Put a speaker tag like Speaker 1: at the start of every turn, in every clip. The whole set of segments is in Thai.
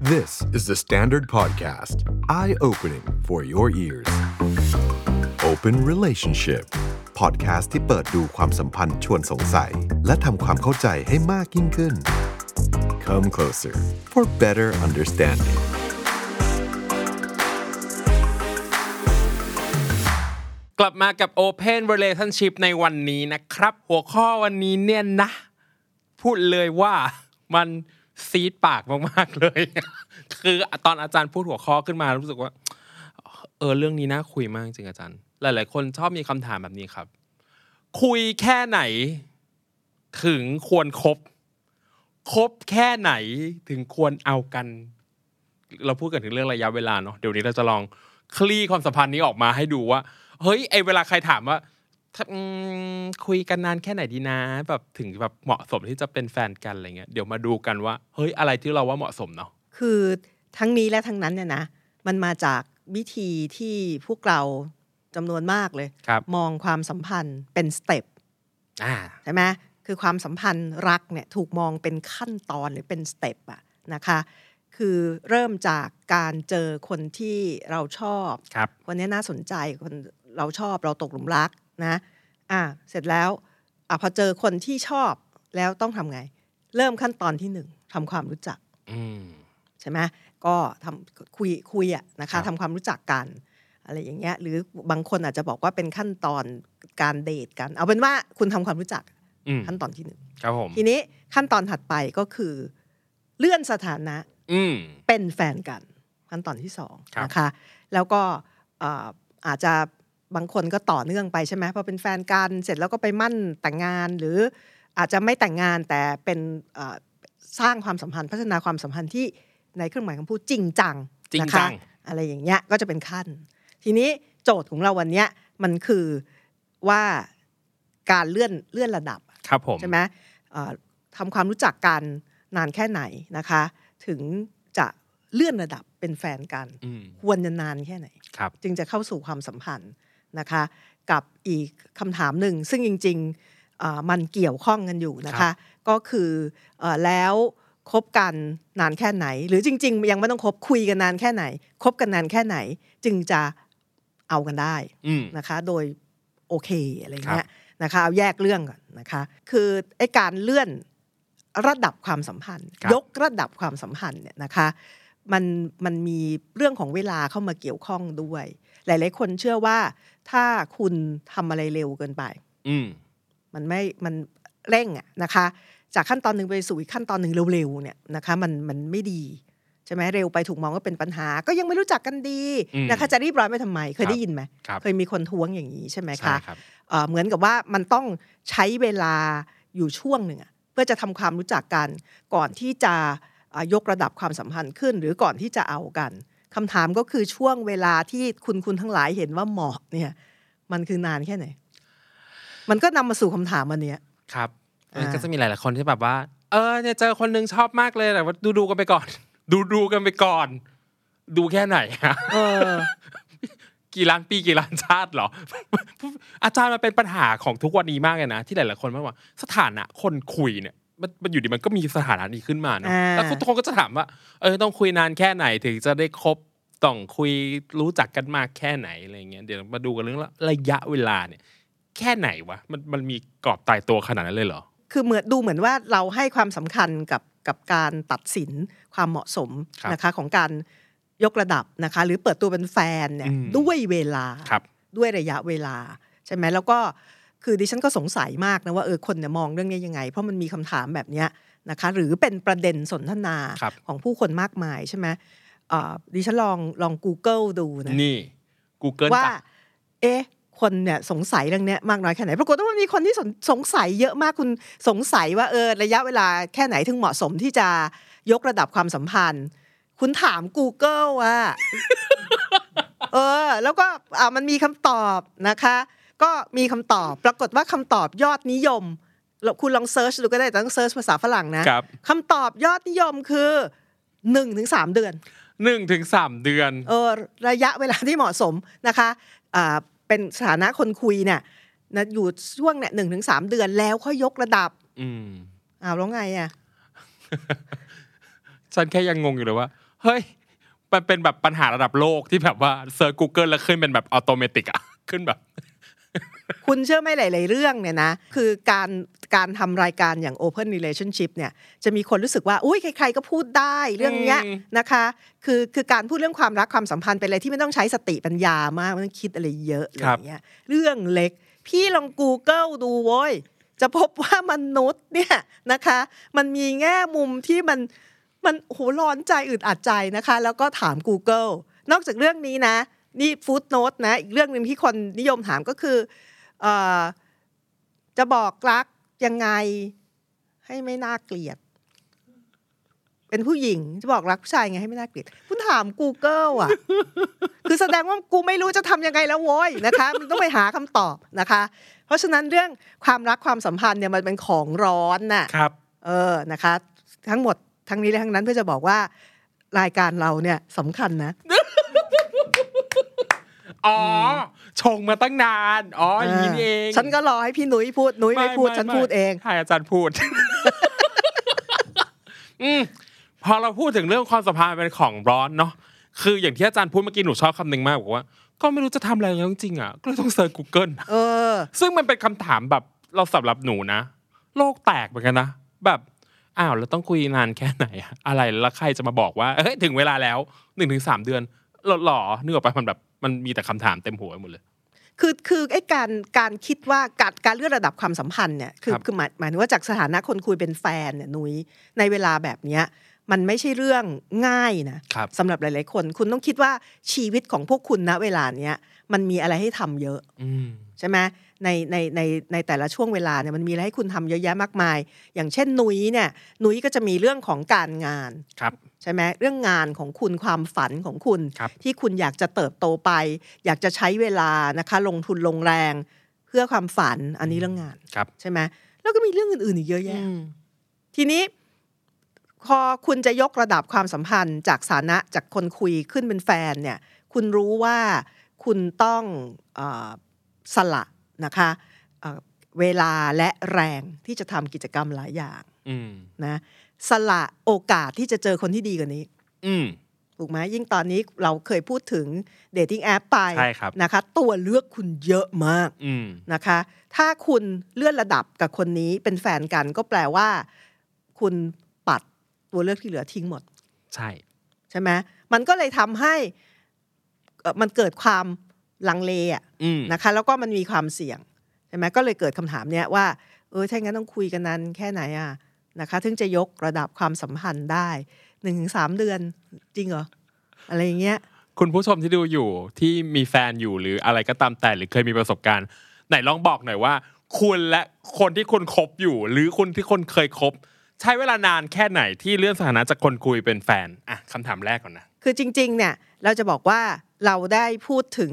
Speaker 1: This is the Standard Podcast. Eye-opening for your ears. Open Relationship. Podcast ที่เปิดดูความสัมพันธ์ชวนสงสัย และทำความเข้าใจให้มากยิ่งขึ้น Come closer for better understanding.
Speaker 2: กลับมากับ Open Relationship ในวันนี้นะครับ หัวข้อวันนี้เนี่ยนะ พูดเลยว่ามันซีดปากมากๆเลย คือตอนอาจารย์พูดหัวข้อขึ้นมารู้สึกว่า เออเรื่องนี้น่าคุยมากจริงอาจารย์ หลาย ๆ คนชอบมีคำถามแบบนี้ครับ คุยแค่ไหน ถึงควรคบคบแค่ไหนถึงควรเอากัน เราพูดกันถึงเรื่องระยะเวลาเนาะเดี๋ยวนี้เราจะลองคลี่ความสัมพันธ์นี้ออกมาให้ดูว่า เฮ้ยไอเวลาใครถามว่าถ้าอืมคุยกันนานแค่ไหนดีนะ แบบถึงแบบเหมาะสมที่จะเป็นแฟนกันอะไรเงี้ยเดี๋ยวมาดูกันว่า เฮ้ยอะไรที่เราว่าเหมาะสมเนาะ
Speaker 3: คือทั้งนี้และทั้งนั้นเนี่ยนะ มันมาจากวิธีที่พวกเราจำนวนมากเลย
Speaker 2: ครับ
Speaker 3: มองความสัมพันธ์เป็นสเต็ป
Speaker 2: อ่า
Speaker 3: ใช่ไหมคือความสัมพันธ์รักเนี่ยถูกมองเป็นขั้นตอนหรือเป็นสเต็ปอะนะคะ คือเริ่มจากการเจอคนที่เราชอบ
Speaker 2: ครับ
Speaker 3: คนนี้น่าสนใจคนเราชอบเราตกหลุมรักนะอ่ะเสร็จแล้วอ่ะพอเจอคนที่ชอบแล้วต้องทำไง เริ่มขั้นตอนที่หนึ่งทำความรู้จัก
Speaker 2: อืม
Speaker 3: ใช่ไหมก็ทำคุยคุยอะนะ
Speaker 2: ครั
Speaker 3: คะ
Speaker 2: บ
Speaker 3: ทำความรู้จักกัน อะไรอย่างเงี้ยหรือบางคนอาจจะบอกว่าเป็นขั้นตอนการเดทกัน เอาเป็นว่าคุณทำความรู้จัก
Speaker 2: อืม
Speaker 3: ขั้นตอนที่หนึ่ง
Speaker 2: ครับผม
Speaker 3: ทีนี้ขั้นตอนถัดไปก็คือ เลื่อนสถานะ
Speaker 2: อืม
Speaker 3: เป็นแฟนกัน ขั้นตอนที่สอง
Speaker 2: ครับ
Speaker 3: นะคะแล้วก็เอ่ออาจจะบางคนก็ต่อเนื่องไปใช่ไหมพอเป็นแฟนกันเสร็จแล้วก็ไปมั่นแต่งงานหรืออาจจะไม่แต่งงานแต่เป็นเอ่อสร้างความสัมพันธ์พัฒนาความสัมพันธ์ที่ในเครื่องหมายคำพูดจริงจัง
Speaker 2: จริง
Speaker 3: นะ
Speaker 2: จั
Speaker 3: คะ
Speaker 2: ง
Speaker 3: อะไรอย่างเงี้ยก็จะเป็นขั้น ทีนี้โจทย์ของเราวันเนี้ยมันคือว่าการเลื่อนเลื่อนระดับ
Speaker 2: ครับผม
Speaker 3: ใช่ไหมเอ่อทำความรู้จักกันนานแค่ไหนนะคะ ถึงจะเลื่อนระดับเป็นแฟนกัน
Speaker 2: อืม
Speaker 3: ควรจะนานแค่ไหน
Speaker 2: ครับ
Speaker 3: จึงจะเข้าสู่ความสัมพันธ์นะคะ กับอีกคำถามหนึ่ง ซึ่งจริงๆเอ่อมันเกี่ยวข้องกันอยู่นะ
Speaker 2: ครั
Speaker 3: คะ
Speaker 2: บ
Speaker 3: ก็คือเอ่อแล้วคบกันนานแค่ไหน หรือจริง ๆ ยังไม่ต้องคบคุยกันนานแค่ไหนคบกันนานแค่ไหน จึงจะเอากันได้
Speaker 2: อืม
Speaker 3: นะคะโดยโอเคอะไรเงี้ยนะคะเอาแยกเรื่องก่อนนะคะคือไอ้การเลื่อนระดับความสัมพันธ์
Speaker 2: ครับ
Speaker 3: ยกระดับความสัมพันธ์เนี่ยนะคะมันมันมีเรื่องของเวลาเข้ามาเกี่ยวข้องด้วย หลาย ๆ คนเชื่อว่าถ้าคุณทำอะไรเร็วเกินไป
Speaker 2: อืม
Speaker 3: มันไม่มันเร่งอะนะคะจากขั้นตอนหนึ่งไปสู่อีกขั้นตอนหนึ่งเร็วๆเนี่ยนะคะมันมันไม่ดีใช่ไหมเร็วไปถูกมองว่าเป็นปัญหา ก็ยังไม่รู้จักกันดี
Speaker 2: อืม
Speaker 3: นะคะจะรีบร้อนไปทำไม
Speaker 2: ค
Speaker 3: เค
Speaker 2: รั
Speaker 3: ย
Speaker 2: บ
Speaker 3: ได้ยินไหม
Speaker 2: ครับ
Speaker 3: เคยมีคนท้วงอย่างนี้ใช่ไหม
Speaker 2: ใช่
Speaker 3: คะ
Speaker 2: ครับ
Speaker 3: เอ่อเหมือนกับว่ามันต้องใช้เวลาอยู่ช่วงหนึ่งอะเพื่อจะทำความรู้จักกัน ก่อนที่จะเอ่อยกระดับความสัมพันธ์ขึ้น หรือก่อนที่จะเอากันคำถามก็คือช่วงเวลาที่คุณคุณทั้งหลายเห็นว่าเหมาะเนี่ย มันคือนานแค่ไหน มันก็นำมาสู่คำถามวันเนี้ย
Speaker 2: ครับมัน
Speaker 3: อ่า
Speaker 2: ก็จะมีหลาย ๆ คนที่แบบว่า เออเนี่ยเจอคนหนึงชอบมากเลยแต่ว่าดูดูๆกันไปก่อน ดูดูๆกันไปก่อน ดูแค่ไหน ฮะ
Speaker 3: เออ
Speaker 2: กี่ล้านปีกี่ล้านชาติเหรอ อาจารย์มันเป็นปัญหาของทุกวันนี้มากเลยนะ ที่หลายๆคนมันว่าสถานะคนคุยเนี่ยมันมันอยู่ดีมันก็มีสถานะนี้ขึ้นมาเนาะ
Speaker 3: อ่า
Speaker 2: แล้วทุกคนก็จะถามว่าเออต้องคุยนานแค่ไหนถึงจะได้คบต้องคุยรู้จักกันมากแค่ไหนอะไรเงี้ยเดี๋ยวมาดูกันเรื่องระยะเวลาเนี่ย แค่ไหนวะมันมันมีกรอบตายตัวขนาดนั้นเลยเหรอ
Speaker 3: คือเหมือนดูเหมือนว่าเราให้ความสำคัญกับกับการตัดสินความเหมาะสม
Speaker 2: ครับ
Speaker 3: นะคะของการยกระดับนะคะหรือเปิดตัวเป็นแฟนเนี่ย
Speaker 2: อืม
Speaker 3: ด้วยเวลา
Speaker 2: ครับ
Speaker 3: ด้วยระยะเวลา ใช่ไหมแล้วก็คือดิฉันก็สงสัยมากนะว่าเออคนเนี่ยมองเรื่องนี้ยังไง เพราะมันมีคำถามแบบเนี้ยนะคะหรือเป็นประเด็นสนทนา
Speaker 2: ครับ
Speaker 3: ของผู้คนมากมายใช่ไหมเอ่อดิฉันลองลอง Google ดูนะ
Speaker 2: นี่ Google
Speaker 3: ว่า
Speaker 2: จัด
Speaker 3: เอ๊ะ คนเนี่ยสงสัยเรื่องเนี้ยมากน้อยแค่ไหนปรากฏว่ามันมีคนที่สนสงสัยเยอะมากคุณสงสัยว่าเออระยะเวลาแค่ไหนถึงเหมาะสมที่จะยกระดับความสัมพันธ์ คุณถาม Google อ่ะ เออ แล้วก็อ่ามันมีคำตอบนะคะ ก็มีคำตอบปรากฏว่าคำตอบยอดนิยมแล้วคุณลองเซิร์ชดูก็ได้แต่ต้องเซิร์ชภาษาฝรั่งนะครับ ตอบยอดนิยมคือหนึ่งถึงสามเดือน
Speaker 2: หนึ่งถึงสามเดือน
Speaker 3: เออระยะเวลาที่เหมาะสมนะคะอ่าเป็นสถานะคนคุยเนี่ยนะอยู่ช่วงเนี่ยหนึ่งถึงสามเดือนแล้วค่อยยกระดับ
Speaker 2: อืม
Speaker 3: อ้าวแล้วไงอ่ะ
Speaker 2: ฉันแค่ยังงงอยู่เลยว่า เฮ้ย มันเป็นแบบปัญหาระดับโลกที่แบบว่าเซิร์ช Google แล้วขึ้นเป็นแบบอัตโนมัติอะขึ้นแบบ
Speaker 3: คุณเชื่อไหมหลาย ๆ เรื่องเนี่ยนะ คือการการทำรายการอย่าง Open Relationship เนี่ยจะมีคนรู้สึกว่า อุ้ยใคร ๆ ก็พูดได้เรื่องเนี้ย
Speaker 2: อืม
Speaker 3: นะคะ คือคือการพูดเรื่องความรักความสัมพันธ์เป็นอะไรที่ไม่ต้องใช้สติปัญญามากไม่ต้องคิดอะไรเยอะอะไรอย่างเงี้ยเรื่องเล็ก พี่ลอง Google ดูโว้ย จะพบว่ามนุษย์เนี่ยนะคะ มันมีแง่มุมที่มันมันโหร้อนใจอึดอัดใจนะคะ แล้วก็ถาม Google นอกจากเรื่องนี้นะ นี่ฟู้ดโนตนะ อีกเรื่องหนึ่งที่คนนิยมถามก็คือเออจะบอกรักยังไงให้ไม่น่าเกลียด เป็นผู้หญิงจะบอกรักผู้ชายไงให้ไม่น่าเกลียดคุณถาม Google อ่ะ คือแสดงว่ากูไม่รู้จะทำยังไงแล้วโว้ยนะคะมันต้องไปหาคำตอบนะคะ เพราะฉะนั้นเรื่องความรักความสัมพันธ์เนี่ยมันเป็นของร้อนน่ะ
Speaker 2: ครับ
Speaker 3: เออ นะคะ ทั้งหมดทั้งนี้และทั้งนั้นเพื่อจะบอกว่ารายการเราเนี่ยสำคัญนะ
Speaker 2: อ๋อ ชงมาตั้งนาน อ๋ออย่างนี้นี่เอง
Speaker 3: ฉันก็รอให้พี่หนุ้ยพูดหนุ้ยไม่พูด ฉันพูดเอง
Speaker 2: ใช่อาจารย์พูด อืมพอเราพูดถึงเรื่องความสัมพันธ์เป็นของร้อนเนาะคืออย่างที่อาจารย์พูดเมื่อกี้หนูชอบคำหนึ่งมากบอกว่า ก็ไม่รู้จะทำอะไรแล้วจริงๆอ่ะก็เลยต้องเซิร์ช Google
Speaker 3: เออ
Speaker 2: ซึ่งมันเป็นคำถามแบบเราสำหรับหนูนะ โลกแตกเหมือนกันนะ แบบอ้าวเราต้องคุยนานแค่ไหนอะอะไรแล้วใครจะมาบอกว่าเฮ้ยถึงเวลาแล้วหนึ่งถึงสามเดือนหล่อหรอนึกออกไปะมันแบบมันมีแต่คำถามเต็มหัวไปหมดเลย
Speaker 3: คือคือไอ้การการคิดว่าการการเลื่อนระดับความสัมพันธ์เนี่ยคือ
Speaker 2: ครับ
Speaker 3: คือหมายหมายถึงว่าจากสถานะคนคุยเป็นแฟนเนี่ยนุ้ยในเวลาแบบเนี้ยมันไม่ใช่เรื่องง่ายนะครับ สำหรับหลาย ๆ คน คุณต้องคิดว่าชีวิตของพวกคุณณเวลาเนี้ยมันมีอะไรให้ทำเยอะ
Speaker 2: อืม
Speaker 3: ใช่ไหมในในในในแต่ละช่วงเวลาเนี่ยมันมีอะไรให้คุณทำเยอะแยะมากมาย อย่างเช่นนุ้ยเนี่ยนุ้ยก็จะมีเรื่องของการงาน
Speaker 2: ครับ
Speaker 3: ใช่ไหมเรื่องงานของคุณความฝันของคุณ
Speaker 2: ครับ
Speaker 3: ที่คุณอยากจะเติบโตไป อยากจะใช้เวลานะคะ ลงทุนลงแรง เพื่อความฝันอันนี้เรื่องงาน
Speaker 2: ครับ
Speaker 3: ใช่ไหมแล้วก็มีเรื่องอื่นๆอีกเยอะแยะ
Speaker 2: อืม
Speaker 3: ทีนี้พอคุณจะยกระดับความสัมพันธ์จากสถานะจากคนคุยขึ้นเป็นแฟนเนี่ย คุณรู้ว่าคุณต้องเออสละนะคะเอ่อเวลาและแรงที่จะทำกิจกรรมหลายอย่าง
Speaker 2: อืม
Speaker 3: นะสละโอกาสที่จะเจอคนที่ดีกว่านี้
Speaker 2: อืม
Speaker 3: ถูกไหมยิ่งตอนนี้เราเคยพูดถึงเดทติ้งแอปไป
Speaker 2: ใช่ครับ
Speaker 3: นะคะ ตัวเลือกคุณเยอะมาก
Speaker 2: อืม
Speaker 3: นะคะ ถ้าคุณเลื่อนระดับกับคนนี้เป็นแฟนกันก็แปลว่า คุณปัดตัวเลือกที่เหลือทิ้งหมด
Speaker 2: ใช่
Speaker 3: ใช่ไหมมันก็เลยทำให้เอ่อมันเกิดความลังเลอะ
Speaker 2: อืม
Speaker 3: นะคะ แล้วก็มันมีความเสี่ยงใช่ไหมก็เลยเกิดคำถามเนี้ยว่า เออถ้างั้นต้องคุยกันนานแค่ไหนอ่ะนะคะ ถึงจะยกระดับความสัมพันธ์ได้หนึ่งถึงสามเดือนจริงเหรออะไรอย่างเงี้ย
Speaker 2: คุณผู้ชมที่ดูอยู่ที่มีแฟนอยู่หรืออะไรก็ตามแต่หรือเคยมีประสบการณ์ ไหนลองบอกหน่อยว่า คุณและคนที่คุณคบอยู่ หรือคุณที่คนเคยคบ ใช้เวลานานแค่ไหนที่เลื่อนสถานะจากคนคุยเป็นแฟนอ่ะคำถามแรกก่อนนะ
Speaker 3: คือจริงๆ เนี่ยเราจะบอกว่าเราได้พูดถึง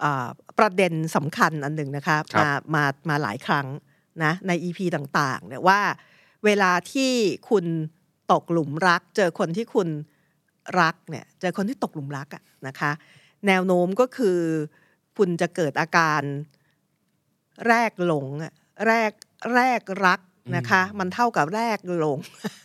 Speaker 3: เอ่อประเด็นสำคัญอันหนึ่งนะคะ
Speaker 2: ครับ
Speaker 3: มามามาหลายครั้งนะใน EP ต่างๆเนี่ยว่าเวลาที่คุณตกหลุมรัก เจอคนที่คุณรักเนี่ยเจอคนที่ตกหลุมรักอะนะคะ แนวโน้มก็คือคุณจะเกิดอาการแรกหลงอะแรกแรกรักนะคะ มันเท่ากับแรกหลง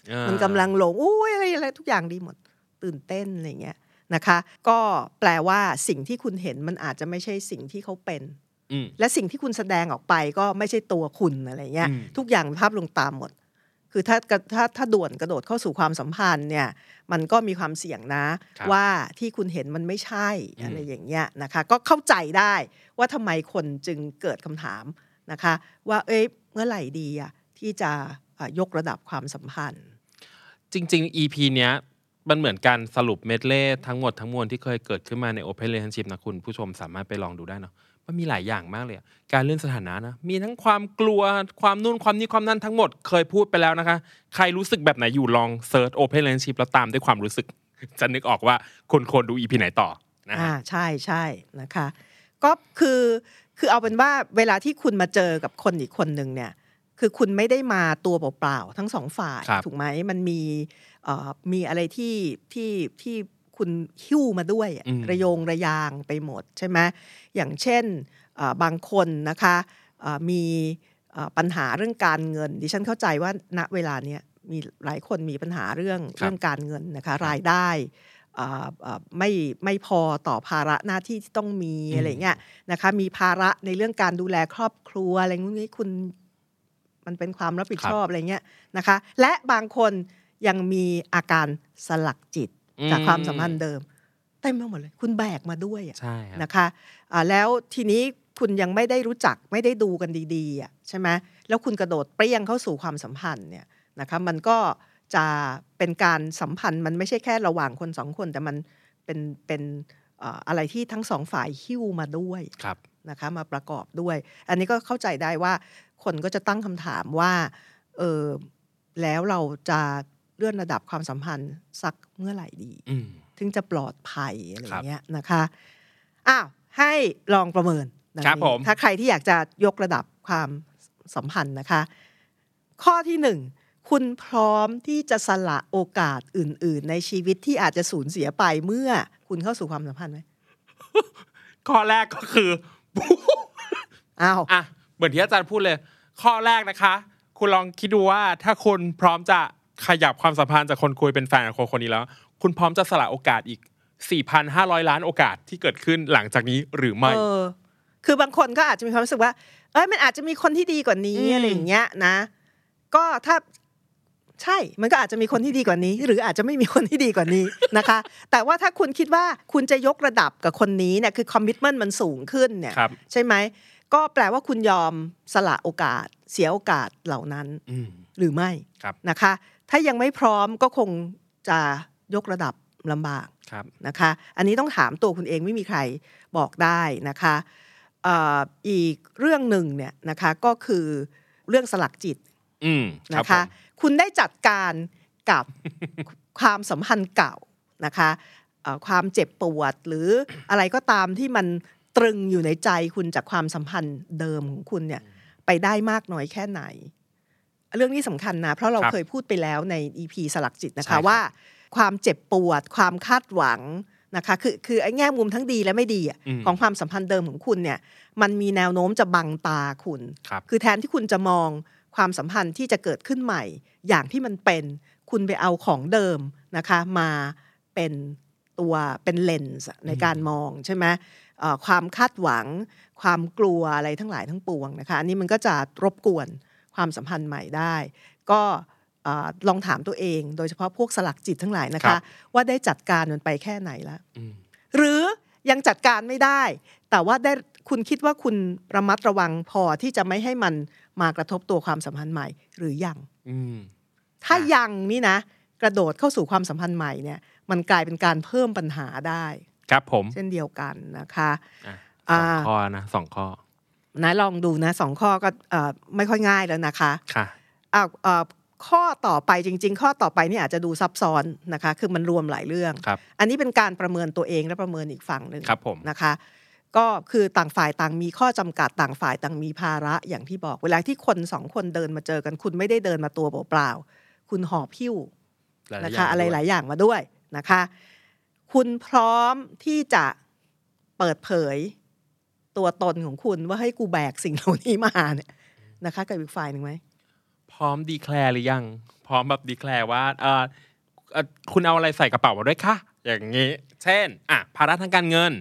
Speaker 2: เออ
Speaker 3: มันกำลังหลงอุ้ยอะไรอะไรทุกอย่างดีหมด ตื่นเต้นอะไรเงี้ยนะคะ ก็แปลว่าสิ่งที่คุณเห็นมันอาจจะไม่ใช่สิ่งที่เขาเป็น
Speaker 2: อืม
Speaker 3: และสิ่งที่คุณแสดงออกไปก็ไม่ใช่ตัวคุณอะไรเงี้ย
Speaker 2: อืม
Speaker 3: ทุกอย่างภาพลวงตามหมด คือถ้ากระถ้าถ้าด่วนกระโดดเข้าสู่ความสัมพันธ์เนี่ยมันก็มีความเสี่ยงนะ
Speaker 2: ครับ
Speaker 3: ว่าที่คุณเห็นมันไม่ใช่
Speaker 2: อืม
Speaker 3: อะไรอย่างเงี้ยนะคะ ก็เข้าใจได้ว่าทำไมคนจึงเกิดคำถามนะคะ ว่าเอ้ยเมื่อไหร่ดีอะที่จะอ่ะยกระดับความสัมพันธ์
Speaker 2: จริง ๆ EP เนี้ยมันเหมือนการสรุปเมดเล่ทั้งหมดทั้งมวลที่เคยเกิดขึ้นมาใน Open Relationship นะคุณผู้ชมสามารถไปลองดูได้เนาะมันมีหลายอย่างมากเลยอะการเลื่อนสถานะนะมีทั้งความกลัวความนู่นความนี่ความนั่นทั้งหมดเคยพูดไปแล้วนะคะ ใครรู้สึกแบบไหนอยู่ลองเซิร์ช Open Relationship แล้วตามด้วยความรู้สึก จะนึกออกว่าคนควรดู EP ไหนต่อนะ
Speaker 3: อ่า
Speaker 2: ฮะ
Speaker 3: ใช่ใช่นะคะก็คือคือเอาเป็นว่าเวลาที่คุณมาเจอกับคนอีกคนหนึ่งเนี่ยคือคุณไม่ได้มาตัวเปล่าๆทั้งสองฝ่าย
Speaker 2: ครับ
Speaker 3: ถูกไหมมันมีเอ่อมีอะไรที่ที่ที่คุณหิ้วมาด้วยอะ
Speaker 2: อืม
Speaker 3: ระโยงระยางไปหมดใช่ไหมอย่างเช่นเอ่อบางคนนะคะเอ่อมีเอ่อปัญหาเรื่องการเงิน ดิฉันเข้าใจว่าณเวลาเนี้ย มีหลายคนมีปัญหาเรื่อง
Speaker 2: ครับ
Speaker 3: เรื่องการเงินนะคะรายได้อ่าอ่าไม่ไม่พอต่อภาระหน้าที่ที่ต้องมีอะไรเงี้ยนะคะมีภาระในเรื่องการดูแลครอบครัวอะไรพวกนี้คุณมันเป็นความรับผิดชอบอะไรเงี้ยนะคะและบางคนยังมีอาการสลักจิตจากความสัมพันธ์เดิมเต็มไปหมดเลย คุณแบกมาด้วยอะ
Speaker 2: ใช่ครับ
Speaker 3: นะคะอ่าแล้วทีนี้คุณยังไม่ได้รู้จักไม่ได้ดูกันดีๆอ่ะใช่ไหมแล้วคุณกระโดดเปรี้ยงเข้าสู่ความสัมพันธ์เนี่ยนะคะมันก็จะเป็นการสัมพันธ์มันไม่ใช่แค่ระหว่างคนสองคน แต่มันเป็นเป็นเอ่ออะไรที่ทั้งสองฝ่ายหิ้วมาด้วย
Speaker 2: ครับ
Speaker 3: นะคะมาประกอบด้วย อันนี้ก็เข้าใจได้ว่าคนก็จะตั้งคำถามว่าเออแล้วเราจะเลื่อนระดับความสัมพันธ์สักเมื่อไหร่ดี
Speaker 2: อืม
Speaker 3: ถึงจะปลอดภัยอะไร
Speaker 2: ครับ
Speaker 3: เงี้ยนะคะอ้าวให้ลองประเมินดังนี้
Speaker 2: ครับผม
Speaker 3: ถ้าใครที่อยากจะยกระดับความสัมพันธ์นะคะ ข้อที่หนึ่งคุณพร้อมที่จะสละโอกาสอื่น ๆ ในชีวิตที่อาจจะสูญเสียไปเมื่อคุณเข้าสู่ความสัมพันธ์ไหม
Speaker 2: ข้อแรกก็คือ
Speaker 3: อ้าว
Speaker 2: อ่ะเหมือนที่อาจารย์พูดเลย ข้อแรกนะคะ คุณลองคิดดูว่าถ้าคุณพร้อมจะขยับความสัมพันธ์จากคนคุยเป็นแฟนกับคนคนนี้แล้ว คุณพร้อมจะสละโอกาสอีก 4,500 ล้านโอกาสที่เกิดขึ้นหลังจากนี้หรือไม่
Speaker 3: เออ คือบางคนก็อาจจะมีความรู้สึกว่า เอ้ยมันอาจจะมีคนที่ดีกว่านี้
Speaker 2: อืม
Speaker 3: อะไรอย่างเงี้ยนะ ก็ถ้าใช่มันก็อาจจะมีคนที่ดีกว่านี้ หรืออาจจะไม่มีคนที่ดีกว่านี้ นะคะ แต่ว่าถ้าคุณคิดว่าคุณจะยกระดับกับคนนี้เนี่ยคือคอมมิชเมนต์มันสูงขึ้นเนี่ย
Speaker 2: ครับ
Speaker 3: ใช่ไหมก็แปลว่าคุณยอมสละโอกาส เสียโอกาสเหล่านั้น
Speaker 2: อืม
Speaker 3: หรือไม่
Speaker 2: ครับ
Speaker 3: นะคะ ถ้ายังไม่พร้อมก็คงจะยกระดับลำบาก
Speaker 2: ครับ
Speaker 3: นะคะอันนี้ต้องถามตัวคุณเองไม่มีใครบอกได้นะคะเอ่ออีกเรื่องหนึ่งเนี่ยนะคะก็คือเรื่องสลักจิต
Speaker 2: อืมรับ
Speaker 3: นะ
Speaker 2: ผ
Speaker 3: คะ
Speaker 2: ม
Speaker 3: คุณได้จัดการกับ ความสัมพันธ์เก่านะคะเอ่อความเจ็บปวดหรือ อะไรก็ตามที่มันตรึงอยู่ในใจคุณจากความสัมพันธ์เดิมของคุณเนี่ยไปได้มากน้อยแค่ไหน เรื่องนี้สำคัญนะ เพราะเราเคยพูดไปแล้วใน EP สลักจิตนะคะว่า ความเจ็บปวด ความคาดหวังนะคะคือคือไอ้แง่มุมทั้งดีและไม่ดีอะ
Speaker 2: ม
Speaker 3: ของความสัมพันธ์เดิมของคุณเนี่ยมันมีแนวโน้มจะบังตาคุณ
Speaker 2: ครับ
Speaker 3: คือแทนที่คุณจะมองความสัมพันธ์ที่จะเกิดขึ้นใหม่ อย่างที่มันเป็น คุณไปเอาของเดิมนะคะ มาเป็นตัวเป็นเลนส์อะในการมองใช่ไหมเอ่อความคาดหวัง ความกลัวอะไรทั้งหลายทั้งปวงนะคะอันนี้มันก็จะรบกวนความสัมพันธ์ใหม่ได้ ก็เอ่อลองถามตัวเอง โดยเฉพาะพวกสลักจิตทั้งหลายนะ
Speaker 2: ครั
Speaker 3: คะ
Speaker 2: บ
Speaker 3: ว่าได้จัดการมันไปแค่ไหนแล้ว
Speaker 2: อืม
Speaker 3: หรือยังจัดการไม่ได้ แต่ว่าได้คุณคิดว่าคุณระมัดระวังพอที่จะไม่ให้มันมากระทบตัวความสัมพันธ์ใหม่ หรือยัง
Speaker 2: อืม
Speaker 3: ถ้า
Speaker 2: ค่ะ
Speaker 3: ยังนี่นะ กระโดดเข้าสู่ความสัมพันธ์ใหม่เนี่ยมันกลายเป็นการเพิ่มปัญหาได้
Speaker 2: ครับผม
Speaker 3: เช่นเดียวกันนะคะ
Speaker 2: อ่ะส
Speaker 3: อ่า
Speaker 2: องข้อนะสองข้อ
Speaker 3: นะลองดูนะสองข้อก็เอ่อไม่ค่อยง่ายแล้วนะคะ
Speaker 2: ค่ะ
Speaker 3: อ่ะเอ่อข้อต่อไปจริง ๆ ข้อต่อไปนี่อาจจะดูซับซ้อนนะคะ คือมันรวมหลายเรื่อง
Speaker 2: ครับ
Speaker 3: อันนี้เป็นการประเมินตัวเองและประเมินอีกฝั่งหนึ่ง
Speaker 2: ครับผม
Speaker 3: นะคะ ก็คือต่างฝ่ายต่างมีข้อจำกัดต่างฝ่ายต่างมีภาระอย่างที่บอก เวลาที่คนสองคนเดินมาเจอกัน คุณไม่ได้เดินมาตัวเปล่าๆคุณหอบหิ้ว
Speaker 2: หลายๆอ
Speaker 3: นะคะ
Speaker 2: ย่าง
Speaker 3: อะไร
Speaker 2: ด้วย
Speaker 3: หลายอย่างมาด้วยนะคะ คุณพร้อมที่จะเปิดเผยตัวตนของคุณว่าให้ยกูแบกสิ่งเหล่านี้มาเนี่ยนะคะกับอีกฝ่ายหนึ่งไหม
Speaker 2: พร้อมดีแคลร์หรือยัง พร้อมแบบดีแคลร์ว่าเอ่อเอ่อคุณเอาอะไรใส่กระเป๋ามาด้วยคะอย่างนี้ เช่นอ่ะภาระทางการเงิน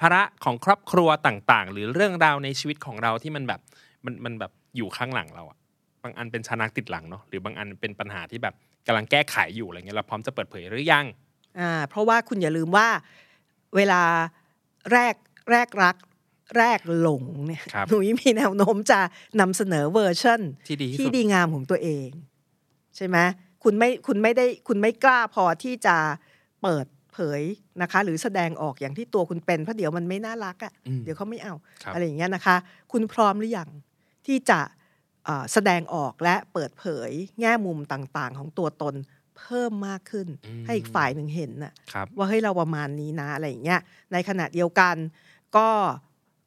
Speaker 2: ภาระของครอบครัวต่างๆ หรือเรื่องราวในชีวิตของเราที่มันแบบมันมันแบบอยู่ข้างหลังเราอะบางอันเป็นชานักติดหลังเนาะหรือบางอันเป็นปัญหาที่แบบกำลังแก้ไขอยู่อะไรเงี้ยเราพร้อมจะเปิดเผยหรือยัง
Speaker 3: อ่าเพราะว่าคุณอย่าลืมว่าเวลาแรกแรกรักแรกหลงเนี่ย
Speaker 2: ครับ
Speaker 3: หนุยมีแนวโน้มจะนำเสนอเวอร์ชัน
Speaker 2: ที่ดีที่
Speaker 3: ที่
Speaker 2: สุด
Speaker 3: ดีงามของตัวเอง ใช่ไหมคุณไม่คุณไม่ได้คุณไม่กล้าพอที่จะเปิดเผยนะคะ หรือแสดงออกอย่างที่ตัวคุณเป็นเพราะเดี๋ยวมันไม่น่ารักอะ่ะ
Speaker 2: อืม
Speaker 3: เดี๋ยวเขาไม่เอา
Speaker 2: ครับ
Speaker 3: อะไรอย่างเงี้ยนะคะ คุณพร้อมหรือยังที่จะเอ่อแสดงออกและเปิดเผยแง่มุมต่างๆ ของตัวตนเพิ่มมากขึ้น ให้อีกฝ่ายหนึ่งเห็นน่ะ
Speaker 2: ครับ
Speaker 3: ว่าเฮ้ยเราประมาณนี้นะอะไรอย่างเงี้ยในขณะเดียวกันก็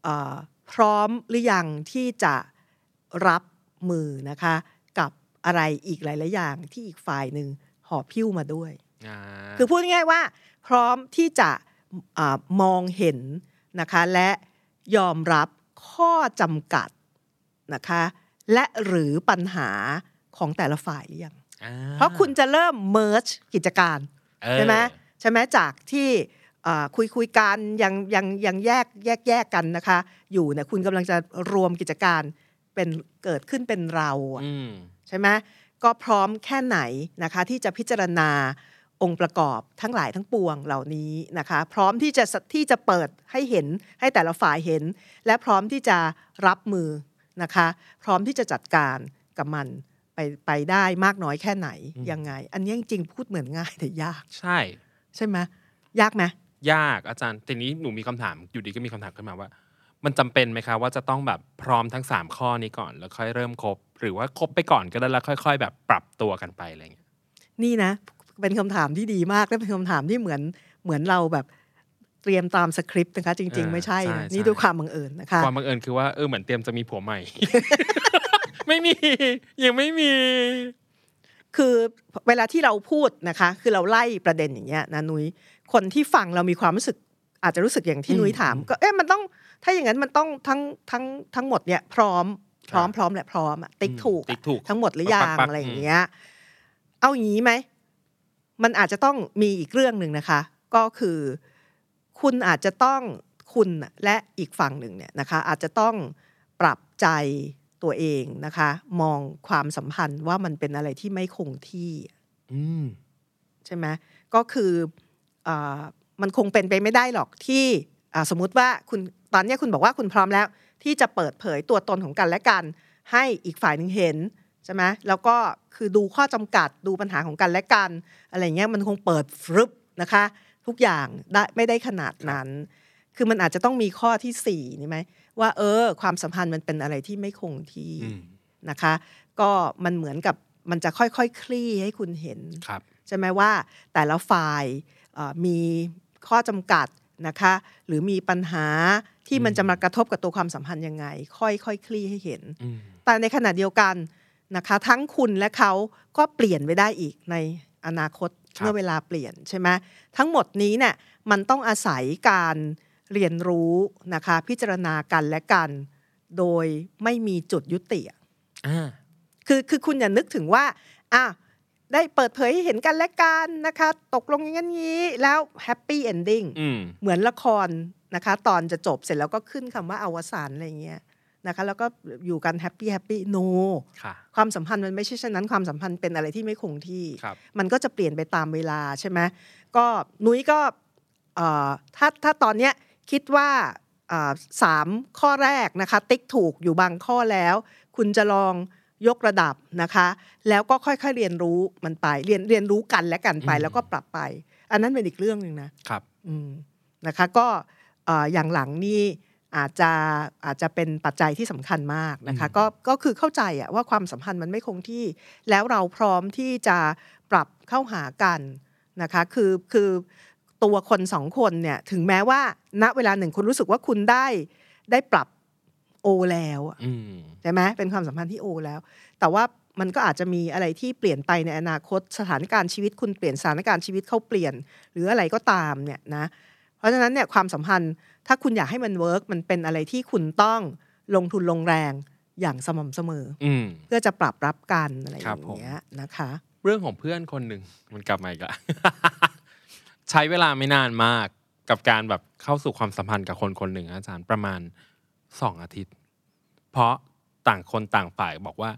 Speaker 3: เอ่อพร้อมหรือยังที่จะรับมือนะคะกับอะไรอีกหลายๆอย่างที่อีกฝ่ายหนึ่งหอบพิ้วมาด้วย
Speaker 2: า
Speaker 3: คือพูดง่ายๆว่า พร้อมที่จะอามองเห็นนะคะและยอมรับข้อจำกัดนะคะและหรือปัญหาของแต่ละฝ่ายหรือยัง
Speaker 2: อ่
Speaker 3: เพราะคุณจะเริ่ม merge กิจการ
Speaker 2: เออ
Speaker 3: ใช่ไหมใช่ไหมจากที่เอ่อคุยคุยกันยังยังยังแยกแยกแยกกันนะคะ อยู่เนี่ยคุณกำลังจะรวมกิจการเป็นเกิดขึ้นเป็นเราอะ
Speaker 2: อืม
Speaker 3: ใช่ไหมก็พร้อมแค่ไหนนะคะ ที่จะพิจารณาองค์ประกอบทั้งหลายทั้งปวงเหล่านี้นะคะ พร้อมที่จะสที่จะเปิดให้เห็นให้แต่ละฝ่ายเห็น และพร้อมที่จะรับมือนะคะ พร้อมที่จะจัดการกับมันไปไปได้มากน้อยแค่ไหนยังไง อันนี้จริงๆพูดเหมือนง่ายแต่ยาก
Speaker 2: ใช่
Speaker 3: ใช่ไหมยากไหม
Speaker 2: ยากอาจารย์แต่นี้หนูมีคำถามอยู่ดีก็มีคำถามขึ้นมาว่า มันจำเป็นไหมคะว่าจะต้องแบบพร้อมทั้ง 3 ข้อนี้ก่อนแล้วค่อยเริ่มคบ หรือว่าคบไปก่อนก็ได้แล้วค่อย ๆ แบบปรับตัวกันไปอะไรเงี้ย
Speaker 3: นี่นะ เป็นคำถามที่ดีมากและเป็นคำถามที่เหมือนเหมือนเราแบบเตรียมตามสคริปต์นะคะ จริง ๆ ไม่ใช่นะนี่ด้วยความบังเอิญนะคะ
Speaker 2: ความบังเอิญคือว่าเออเหมือนเตรียมจะมีผัวใหม่ ไม่มี ยังไม่มี
Speaker 3: คือเวลาที่เราพูดนะคะ คือเราไล่ประเด็นอย่างเงี้ยนะนุ้ยคนที่ฟังเรามีความรู้สึกอาจจะรู้สึกอย่างที่
Speaker 2: อืม
Speaker 3: นุ้ยถาม ก็เอ๊ะมันต้องถ้าอย่างนั้นมันต้องทั้งทั้งทั้งหมดเนี่ยพร้อมพร้อมพร้อมและพร้อมอะติ๊ก
Speaker 2: อืม
Speaker 3: ถูกอะ
Speaker 2: ติ๊กถูก
Speaker 3: ทั้งหมดหรือยั
Speaker 2: ปัก
Speaker 3: ง
Speaker 2: ปักปัก
Speaker 3: อะไรอย่างเงี้ยเอาอย่างนี้ไหม มันอาจจะต้องมีอีกเรื่องหนึ่งนะคะ ก็คือ คุณอาจจะต้องคุณน่ะและอีกฝั่งหนึ่งเนี่ยนะคะ อาจจะต้องปรับใจตัวเองนะคะ มองความสัมพันธ์ว่ามันเป็นอะไรที่ไม่คงที่
Speaker 2: อืม
Speaker 3: ใช่ไหมก็คือเออมันคงเป็นไปไม่ได้หรอกที่อ่าสมมุติว่าคุณตอนเนี้ยคุณบอกว่าคุณพร้อมแล้ว ที่จะเปิดเผยตัวตนของกันและกัน ให้อีกฝ่ายหนึ่งเห็นใช่ไหมแล้วก็คือดูข้อจำกัดดูปัญหาของกันและกัน อะไรเงี้ยมันคงเปิดฟรึบนะคะ ทุกอย่างได้ไม่ได้ขนาดนั้น คือมันอาจจะต้องมีข้อที่สี่นี่ไหมว่าเออ ความสัมพันธ์มันเป็นอะไรที่ไม่คงที่
Speaker 2: อืม
Speaker 3: นะคะ ก็มันเหมือนกับมันจะค่อยๆคลี่ให้คุณเห็น
Speaker 2: ครับ
Speaker 3: ใช่ไหมว่าแต่ละฝ่ายเอ่อมีข้อจำกัดนะคะหรือมีปัญหาที่มันจะมากระทบกับตัวความสัมพันธ์ยังไง ค่อยๆคคลี่ให้เห็น
Speaker 2: อืม
Speaker 3: แต่ในขณะเดียวกันนะคะทั้งคุณและเขาก็เปลี่ยนไปได้อีกในอนาคต
Speaker 2: ครับ
Speaker 3: เมื่อเวลาเปลี่ยนใช่ไหมทั้งหมดนี้เนี่ยมันต้องอาศัยการเรียนรู้นะคะพิจารณากันและกัน โดยไม่มีจุดยุติอะ
Speaker 2: อ่า
Speaker 3: คือคือคุณอย่านึกถึงว่าอ่ะได้เปิดเผยให้เห็นกันและกันนะคะ ตกลงอย่างนั้นงี้แล้วแฮปปี้เอนดิ้ง
Speaker 2: อืม
Speaker 3: เหมือนละครนะคะ ตอนจะจบเสร็จแล้วก็ขึ้นคำว่าอวสานอะไรเงี้ยนะคะ แล้วก็อยู่กันแฮปปี้แฮปปี้โน
Speaker 2: ค่ะ
Speaker 3: ความสัมพันธ์มันไม่ใช่เช่นนั้นความสัมพันธ์เป็นอะไรที่ไม่คงที่
Speaker 2: ครับ
Speaker 3: มันก็จะเปลี่ยนไปตามเวลาใช่ไหมก็นุ้ยก็เอ่อถ้าถ้าตอนเนี้ยคิดว่าเอ่อสามข้อแรกนะคะ ติ๊กถูกอยู่บางข้อแล้ว คุณจะลองยกระดับนะคะ แล้วก็ค่อยๆเรียนรู้มันไป เรียนเรียนรู้กันและกันไป
Speaker 2: อืม
Speaker 3: แล้วก็ปรับไป อันนั้นเป็นอีกเรื่องหนึ่งนะครับ อืมนะคะก็เอ่ออย่างหลังนี่อาจจะอาจจะเป็นปัจจัยที่สำคัญมากนะคะ
Speaker 2: อืม
Speaker 3: ก็ก็คือเข้าใจอะว่าความสัมพันธ์มันไม่คงที่ แล้วเราพร้อมที่จะปรับเข้าหากันนะคะ คือคือตัวคนสองคนเนี่ยถึงแม้ว่าณเวลาหนึ่งคุณรู้สึกว่าคุณได้ได้ปรับโอแล้วอะ
Speaker 2: อืม
Speaker 3: ใช่ไหมเป็นความสัมพันธ์ที่โอแล้ว แต่ว่ามันก็อาจจะมีอะไรที่เปลี่ยนไปในอนาคตสถานการณ์ชีวิตคุณเปลี่ยนสถานการณ์ชีวิตเขาเปลี่ยน หรืออะไรก็ตามเนี่ยนะเพราะฉะนั้นเนี่ยความสัมพันธ์ถ้าคุณอยากให้มันเวิร์กมันเป็นอะไรที่คุณต้องลงทุนลงแรงอย่างสม่ำเสมอ
Speaker 2: อืม
Speaker 3: เพื่อจะปรับรับกันอะไรอ
Speaker 2: ครับ
Speaker 3: ย่างเงี้ยนะคะ
Speaker 2: เรื่องของเพื่อนคนหนึ่งมันกลับมาอีกละ ใช้เวลาไม่นานมากกับการแบบเข้าสู่ความสัมพันธ์กับคนคนหนึ่งอาจารย์ประมาณสองอาทิตย์ เพราะต่างคนต่างฝ่ายบอกว่า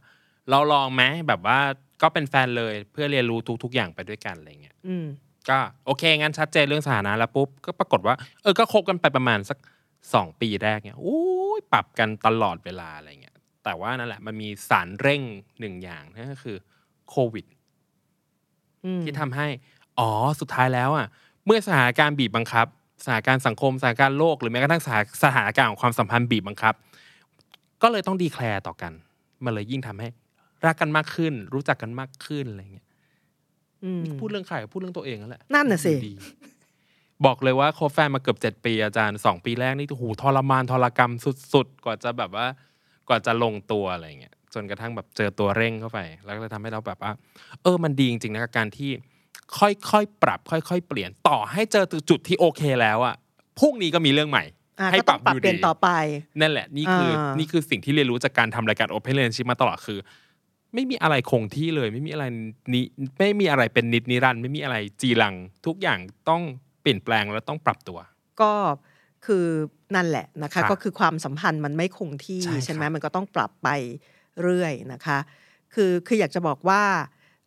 Speaker 2: เราลองไหมแบบว่าก็เป็นแฟนเลยเพื่อเรียนรู้ทุก ๆ อย่างไปด้วยกันอะไรเงี้ย
Speaker 3: อืม
Speaker 2: ก็โอเคงั้นชัดเจนเรื่องสถานะแล้วปุ๊บก็ปรากฏว่า เออก็คบกันไปประมาณสักสองปีแรกเนี่ยอู้ยปรับกันตลอดเวลาอะไรเงี้ยแต่ว่านั่นแหละมันมีสารเร่งหนึ่งอย่างนั่นก็คือโควิด
Speaker 3: อืม
Speaker 2: ที่ทำให้ อ๋อ สุดท้ายแล้วอ่ะ เมื่อสถานการณ์บีบบังคับ สถานการณ์สังคม สถานการณ์โลก หรือแม้กระทั่งสถานสถานการณ์ของความสัมพันธ์บีบบังคับ ก็เลยต้องดีแคลร์ต่อกัน มันเลยยิ่งทำให้ รักกันมากขึ้น รู้จักกันมากขึ้นอะไรเงี้ย
Speaker 3: อืม
Speaker 2: พูดเรื่องใครพูดเรื่องตัวเองนั่นแหละ
Speaker 3: นั่นน่ะสิ
Speaker 2: อยู่ดีบอกเลยว่าโคบแฟนมาเกือบเจ็ดปีอาจารย์สองปีแรกนี่โอ้โหทรมานทรกรรมสุด ๆ กว่าจะแบบว่า กว่าจะลงตัวอะไรเงี้ยจนกระทั่งแบบเจอตัวเร่งเข้าไป แล้วก็เลยทำให้เราแบบว่า เออมันดีจริงๆนะกับการที่ ค่อยๆปรับ ค่อย ๆ เปลี่ยนต่อให้เจอจุดที่โอเคแล้วอะพรุ่งนี้ก็มีเรื่องใหม่
Speaker 3: อ่ะ
Speaker 2: ให้
Speaker 3: ก็ต้องปรับ
Speaker 2: อยู่
Speaker 3: เปลี่ยน
Speaker 2: ดี
Speaker 3: ต่อไป
Speaker 2: นั่นแหละนี่คืออา นี่คือสิ่งที่เรียนรู้จากการทำรายการ Open Relationship มาตลอดคือ ไม่มีอะไรคงที่เลย ไม่มีอะไรนี้ไม่มีอะไรเป็นนิดนิรันดร์ไม่มีอะไรจีรัง ทุกอย่างต้องเปลี่ยนแปลงและต้องปรับตัว
Speaker 3: ก็คือนั่นแหละนะ
Speaker 2: ครั
Speaker 3: คะ
Speaker 2: บ
Speaker 3: ก็คือความสัมพันธ์มันไม่คงที่
Speaker 2: ใช่ครับ
Speaker 3: ใช่ไหมมันก็ต้องปรับไปเรื่อยนะคะคือคืออยากจะบอกว่า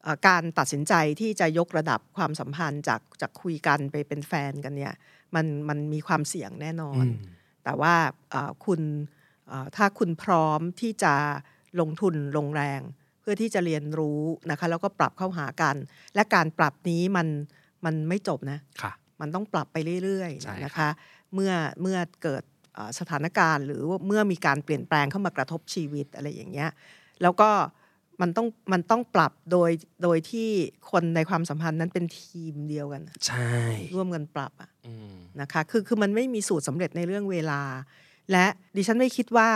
Speaker 3: เอ่อการตัดสินใจที่จะยกระดับความสัมพันธ์จากจากคุยกันไปเป็นแฟนกันเนี่ยมันมันมีความเสี่ยงแน่นอน
Speaker 2: อืม
Speaker 3: แต่ว่าเอ่อคุณเอ่อถ้าคุณพร้อมที่จะลงทุนลงแรง เพื่อที่จะเรียนรู้นะคะแล้วก็ปรับเข้าหากัน และการปรับนี้มันมันไม่จบนะ
Speaker 2: ค่ะ
Speaker 3: มันต้องปรับไปเรื่อย
Speaker 2: ใช่ครับ
Speaker 3: ๆนะคะเมื่อเมื่อเกิดเอ่อสถานการณ์ หรือว่าเมื่อมีการเปลี่ยนแปลงเข้ามากระทบชีวิตอะไรอย่างเงี้ยแล้วก็มันต้องมันต้องปรับโดยโดยที่คนในความสัมพันธ์นั้นเป็นทีมเดียวกันน่ะ
Speaker 2: ใช่
Speaker 3: ร่วมกันปรับอะ
Speaker 2: อืม
Speaker 3: นะคะคือคือมันไม่มีสูตรสำเร็จในเรื่องเวลา และดิฉันไม่คิดว่า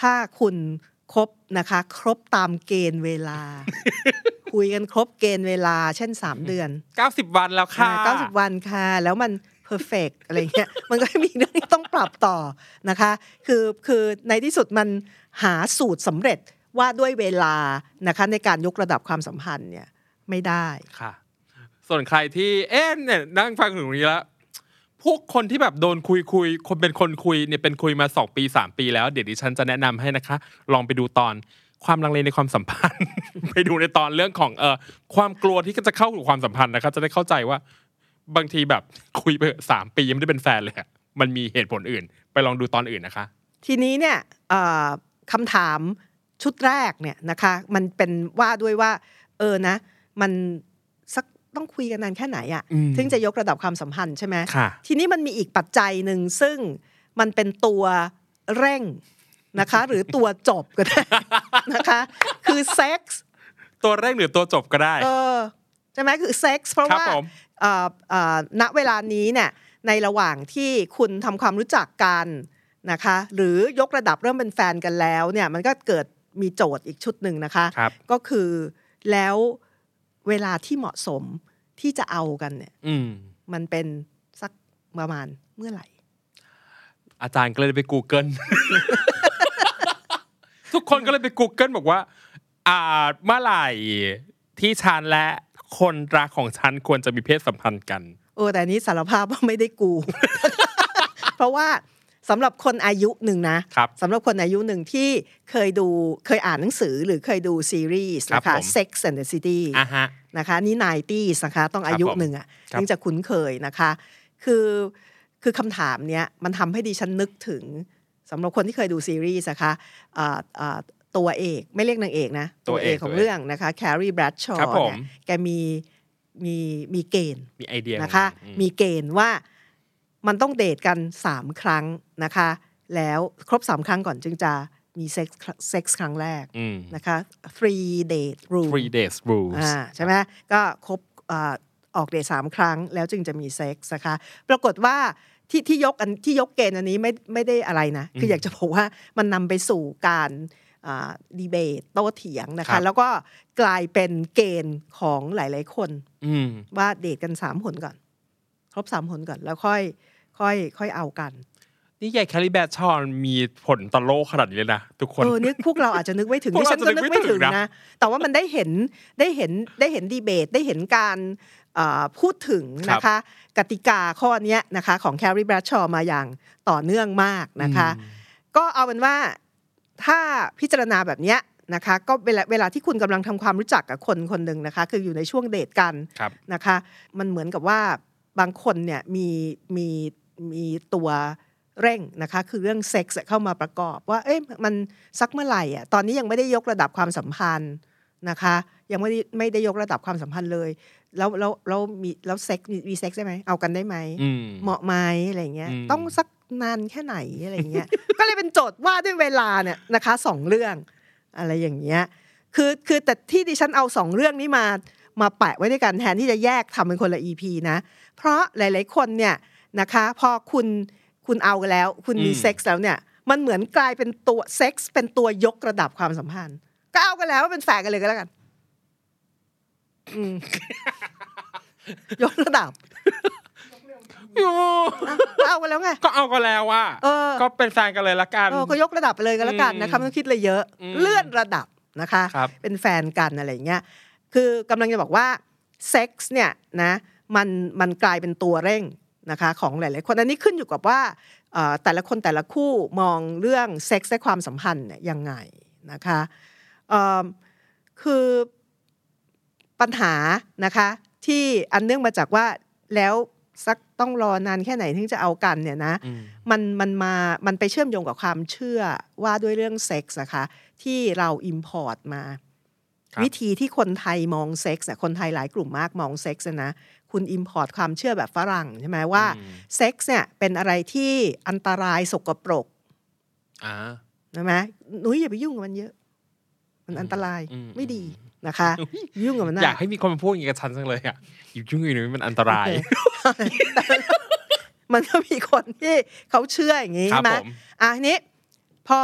Speaker 3: ถ้าคุณครบนะคะ ครบตามเกณฑ์เวลา คุยกันครบเกณฑ์เวลา เช่น 3 เดือน
Speaker 2: 90 วันแล้วค่ะ
Speaker 3: เก้าสิบวันค่ะ แล้วมันเพอร์เฟกอะไรเงี้ย มันก็มีเรื่องที่ต้องปรับต่อนะคะ คือคือในที่สุดมันหาสูตรสำเร็จว่าด้วยเวลานะคะในการยกระดับความสัมพันธ์เนี่ยไม่ได้
Speaker 2: ค่ะ ส่วนใครที่เอ๊ะเนี่ยนั่งฟังถึงตรงนี้แล้ว พวกคนที่แบบโดนคุยคุยคนเป็นคนคุยเนี่ยเป็นคุยมา 2 ปี 3 ปีแล้ว เดี๋ยวดิฉันจะแนะนำให้นะคะ ลองไปดูตอนความลังเลในความสัมพันธ์ ไปดูในตอนเรื่องของเอ่อความกลัวที่จะเข้าสู่ความสัมพันธ์นะคะจะได้เข้าใจว่าบางทีแบบคุยไปสามปียังไม่ได้เป็นแฟนเลยอะมันมีเหตุผลอื่น ไปลองดูตอนอื่นนะคะ
Speaker 3: ทีนี้เนี่ยเอ่อคำถามชุดแรกเนี่ยนะคะมันเป็นว่าด้วยว่าเออนะมันสักต้องคุยกันนานแค่ไหนอะ่ะ
Speaker 2: อืม
Speaker 3: ถึงจะยกระดับความสัมพันธ์ใช่ไหม
Speaker 2: ค่ะ
Speaker 3: ทีนี้มันมีอีกปัจจัยหนึ่งซึ่งมันเป็นตัวเร่งนะคะ หรือตัวจบก็ได้ นะคะ คือเซ็กส์
Speaker 2: ตัวแรกหรือตัวจบก็ได้
Speaker 3: เออใช่ไหมคือเซ็กส์เพราะ
Speaker 2: ครับ
Speaker 3: ว่า
Speaker 2: ผม
Speaker 3: เอ่อเอ่อณเวลานี้เนี่ยในระหว่างที่คุณทำความรู้จักกันนะคะหรือยกระดับเริ่มเป็นแฟนกันแล้วเนี่ยมันก็เกิดมีโจทย์อีกชุดหนึ่งนะคะ
Speaker 2: ครับ
Speaker 3: ก็คือแล้วเวลาที่เหมาะสมที่จะเอากันเนี่ย
Speaker 2: อืม
Speaker 3: มันเป็นสักประมาณเมื่อไหร่
Speaker 2: อาจารย์ก็เลยไป Google ทุกคนก็เลยไป Google บอกว่า อ่าเมื่อไหร่ที่ฉันและคนรักของฉันควรจะมีเพศสัมพันธ์กัน
Speaker 3: โอ้แต่อันนี้สารภาพว่าไม่ได้กู เพราะว่าสำหรับคนอายุหนึ่งนะครับ สำหรับคนอายุหนึ่งที่เคยดูเคยอ่านหนังสือหรือเคยดูซีรีส์นะ
Speaker 2: ครั
Speaker 3: คะ
Speaker 2: บผม
Speaker 3: Sex and the City
Speaker 2: อ่ะฮะ
Speaker 3: นะคะนี่นายตี้นะคะต้องอายุ
Speaker 2: ครับผม
Speaker 3: หนึ่งอ่ะ
Speaker 2: ครับ
Speaker 3: ถึงจะคุ้นเคยนะคะ คือคือคำถามเนี้ยมันทำให้ดิฉันนึกถึงสำหรับคนที่เคยดูซีรีส์นะคะอ่าอ่าตัวเอกไม่เรียกนางเอกนะ
Speaker 2: ตัวเอก
Speaker 3: ของเรื่องนะคะแครีแบรดชอ
Speaker 2: ครั
Speaker 3: ว์
Speaker 2: บผม
Speaker 3: เนี่ยแกมีมีมีเกณฑ์
Speaker 2: มีไอเดีย
Speaker 3: นะคะ
Speaker 2: อื
Speaker 3: มีเกณฑ์ว่ามันต้องเดทกัน 3 ครั้งนะคะ แล้วครบ 3 ครั้งก่อนจึงจะมีเซ็กซ์เซ็กซ์ครั้งแรก
Speaker 2: อืม
Speaker 3: นะคะ three date rule
Speaker 2: three days rules
Speaker 3: อ่าใช่ไหมก็ครบอ่าออกเดทสามครั้งแล้วจึงจะมีเซ็กส์นะคะ ปรากฏว่าที่ที่ยกอันที่ยกเกณฑ์อันนี้ไม่ไม่ได้อะไรนะ คืออยากจะบอกว่ามันนำไปสู่การดีเบตโต้เถียงนะ
Speaker 2: ครั
Speaker 3: คะ
Speaker 2: บ
Speaker 3: แล้วก็กลายเป็นเกณฑ์ของหลาย ๆ คน
Speaker 2: อืม
Speaker 3: ว่าเดทกันสามหนก่อน ครบสามหนก่อนแล้วค่อยค่อยค่อยเอากัน
Speaker 2: นี่ใหญ่แคลิแบชอนมีผลต่อโลกขนาดนี้เลยนะ ทุกคน
Speaker 3: เออนึกพวกเราอาจจะนึกไม่ถึง
Speaker 2: พวก
Speaker 3: ดิ
Speaker 2: เรา
Speaker 3: ฉันก็
Speaker 2: อาจจะนึ
Speaker 3: นึ
Speaker 2: ก
Speaker 3: ก
Speaker 2: ไม่
Speaker 3: ไม่
Speaker 2: ถึ
Speaker 3: ถึ
Speaker 2: ง
Speaker 3: ง
Speaker 2: นะ
Speaker 3: นะ แต่ว่ามันได้เห็นได้เห็นได้เห็นดีเบตได้เห็นการเอ่อพูดถึงนะคะ กติกาข้อเนี้ยนะคะของแครีแบรดชอมาอย่างต่อเนื่องมากนะคะ ก็เอาเป็นว่าถ้าพิจารณาแบบเนี้ยนะคะ ก็เวลาเวลาที่คุณกำลังทำความรู้จักกับคนคนหนึ่งนะคะ คืออยู่ในช่วงเดทกัน
Speaker 2: ครับ
Speaker 3: นะคะมันเหมือนกับว่าบางคนเนี่ยมีมีมีตัวเร่งนะคะคือเรื่องเซ็กส์เข้ามาประกอบว่าเอ๊ะมันสักเมื่อไหร่อ่ะตอนนี้ยังไม่ได้ยกระดับความสัมพันธ์นะคะยังไม่ได้ไม่ได้ยกระดับความสัมพันธ์เลย แล้วแล้วแล้วมีแล้วเซ็กมีมีเซ็กส์ได้ไหมเอากันได้ไหม
Speaker 2: อืม
Speaker 3: เหมาะไหมอะไรเงี้ย
Speaker 2: อืม
Speaker 3: ต้องสักนานแค่ไหนอะไรเงี้ย ก็เลยเป็นโจทย์ว่าด้วยเวลาเนี่ยนะคะสองเรื่องอะไรอย่างเงี้ยคือคือแต่ที่ดิฉันเอาสองเรื่องนี้มามาแปะไว้ด้วยกันแทนที่จะแยกทำเป็นคนละ EP นะ เพราะหลาย ๆ คนเนี่ยนะคะพอคุณคุณเอากันแล้ว คุณมี
Speaker 2: อืม
Speaker 3: เซ็กซ์แล้วเนี่ยมันเหมือนกลายเป็นตัวเซ็กซ์เป็นตัวยกระดับความสัมพันธ์ ก็เอากันแล้วเป็นแฝดกันเลยก็แล้วกันอื ม ยกระดับ
Speaker 2: โอ้
Speaker 3: ก็เอากันแล้วไง
Speaker 2: ก็เอากันแล้วว่า
Speaker 3: เออ
Speaker 2: ก็เป็นแฟนกันเลยละกัน
Speaker 3: เออก็ยกระดับไปเลยก็แล้วกันนะคะ
Speaker 2: อืม
Speaker 3: ไม่ต้องคิดเลยเยอะ
Speaker 2: อืม
Speaker 3: เลื่อนระดับ นะคะ
Speaker 2: ครับ
Speaker 3: เป็นแฟนกันอะไรอย่างเงี้ย คือกำลังจะบอกว่าเซ็กส์เนี่ยนะมันมันกลายเป็นตัวเร่งนะคะของหลาย ๆ คนอันนี้ขึ้นอยู่กับว่าเอ่อแต่ละคนแต่ละคู่มองเรื่องเซ็กส์และความสัมพันธ์เนี่ยยังไงนะคะเอิ่มคือปัญหานะคะที่อันเนื่องมาจากว่าแล้วสักต้องรอนานแค่ไหนถึงจะเอากันเนี่ยนะ
Speaker 2: อืม
Speaker 3: มันมันมา มันไปเชื่อมโยงกับความเชื่อว่าด้วยเรื่องเซ็กส์นะคะ ที่เราอิมพอร์ตมา
Speaker 2: ครับ
Speaker 3: วิธีที่คนไทยมองเซ็กส์อะคนไทยหลายกลุ่มมากมองเซ็กส์อะนะ คุณอิมพอร์ตความเชื่อแบบฝรั่งใช่ไหมว่า
Speaker 2: อืม
Speaker 3: เซ็กส์เนี่ยเป็นอะไรที่อันตรายสกปรก
Speaker 2: อ่า
Speaker 3: ใช่ไหมหนุ่ยอย่าไปยุ่งกับมันเยอะ มันอันตราย
Speaker 2: อืม
Speaker 3: ไม่ดีนะคะ ยุ่งกับมัน
Speaker 2: อ
Speaker 3: นะ
Speaker 2: ยากให้มีคนมาพูดอย่างนี้กับฉันจังเลยอ่ะอยู่ยุ่งอยู่นี้มันอันตราย
Speaker 3: โอเคแต่มันก็มีคนที่เขาเชื่ออย่างนี้
Speaker 2: ครั
Speaker 3: ใช่ไหม
Speaker 2: ผม
Speaker 3: อ่ะทีนี้พอ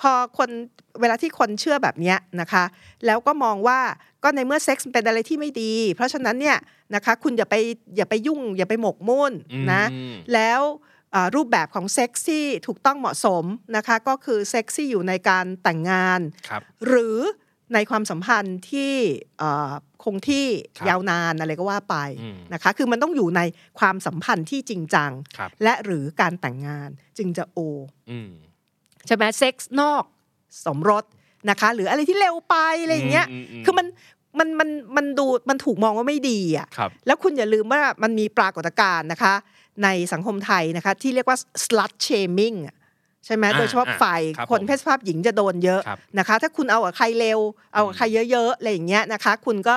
Speaker 3: พอคนเวลาที่คนเชื่อแบบเนี้ยนะคะ แล้วก็มองว่าก็ในเมื่อเซ็กส์มันเป็นอะไรที่ไม่ดี เพราะฉะนั้นเนี่ยนะคะคุณอย่าไปอย่าไปยุ่ง อย่าไปหมกมุ่นนะ
Speaker 2: อืม
Speaker 3: แล้วเอ่อรูปแบบของเซ็กซ์ที่ถูกต้องเหมาะสมนะคะ ก็คือเซ็กซ์ที่อยู่ในการแต่งงาน
Speaker 2: ครับ
Speaker 3: หรือในความสัมพันธ์ที่เอ่อคงที่
Speaker 2: ครับ
Speaker 3: ยาวนานอะไรก็ว่าไป
Speaker 2: อืม
Speaker 3: นะคะ คือมันต้องอยู่ในความสัมพันธ์ที่จริงจัง
Speaker 2: ครับ
Speaker 3: และหรือการแต่งงานจึงจะโอ
Speaker 2: อืม
Speaker 3: ใช่ไหมเซ็กซ์นอกสมรสนะคะ หรืออะไรที่เร็วไปอะไรอย่างเงี้ยคือมันมันมันมันดูมันถูกมองว่าไม่ดีอ่ะ
Speaker 2: ครับ
Speaker 3: แล้วคุณอย่าลืมว่ามันมีปรากฏการณ์นะคะ ในสังคมไทยนะคะ ที่เรียกว่า slut shaming อะใช่ไหม
Speaker 2: อ่า
Speaker 3: โดยเฉพาะ
Speaker 2: อ่า
Speaker 3: ฝ่าย
Speaker 2: ครับ
Speaker 3: คน
Speaker 2: ผม
Speaker 3: เพศสภาพหญิงจะโดนเยอะ
Speaker 2: ครับ
Speaker 3: นะคะ ถ้าคุณเอากับใครเร็ว เอากับใครเยอะๆอะไรอย่างเงี้ยนะคะ คุณก็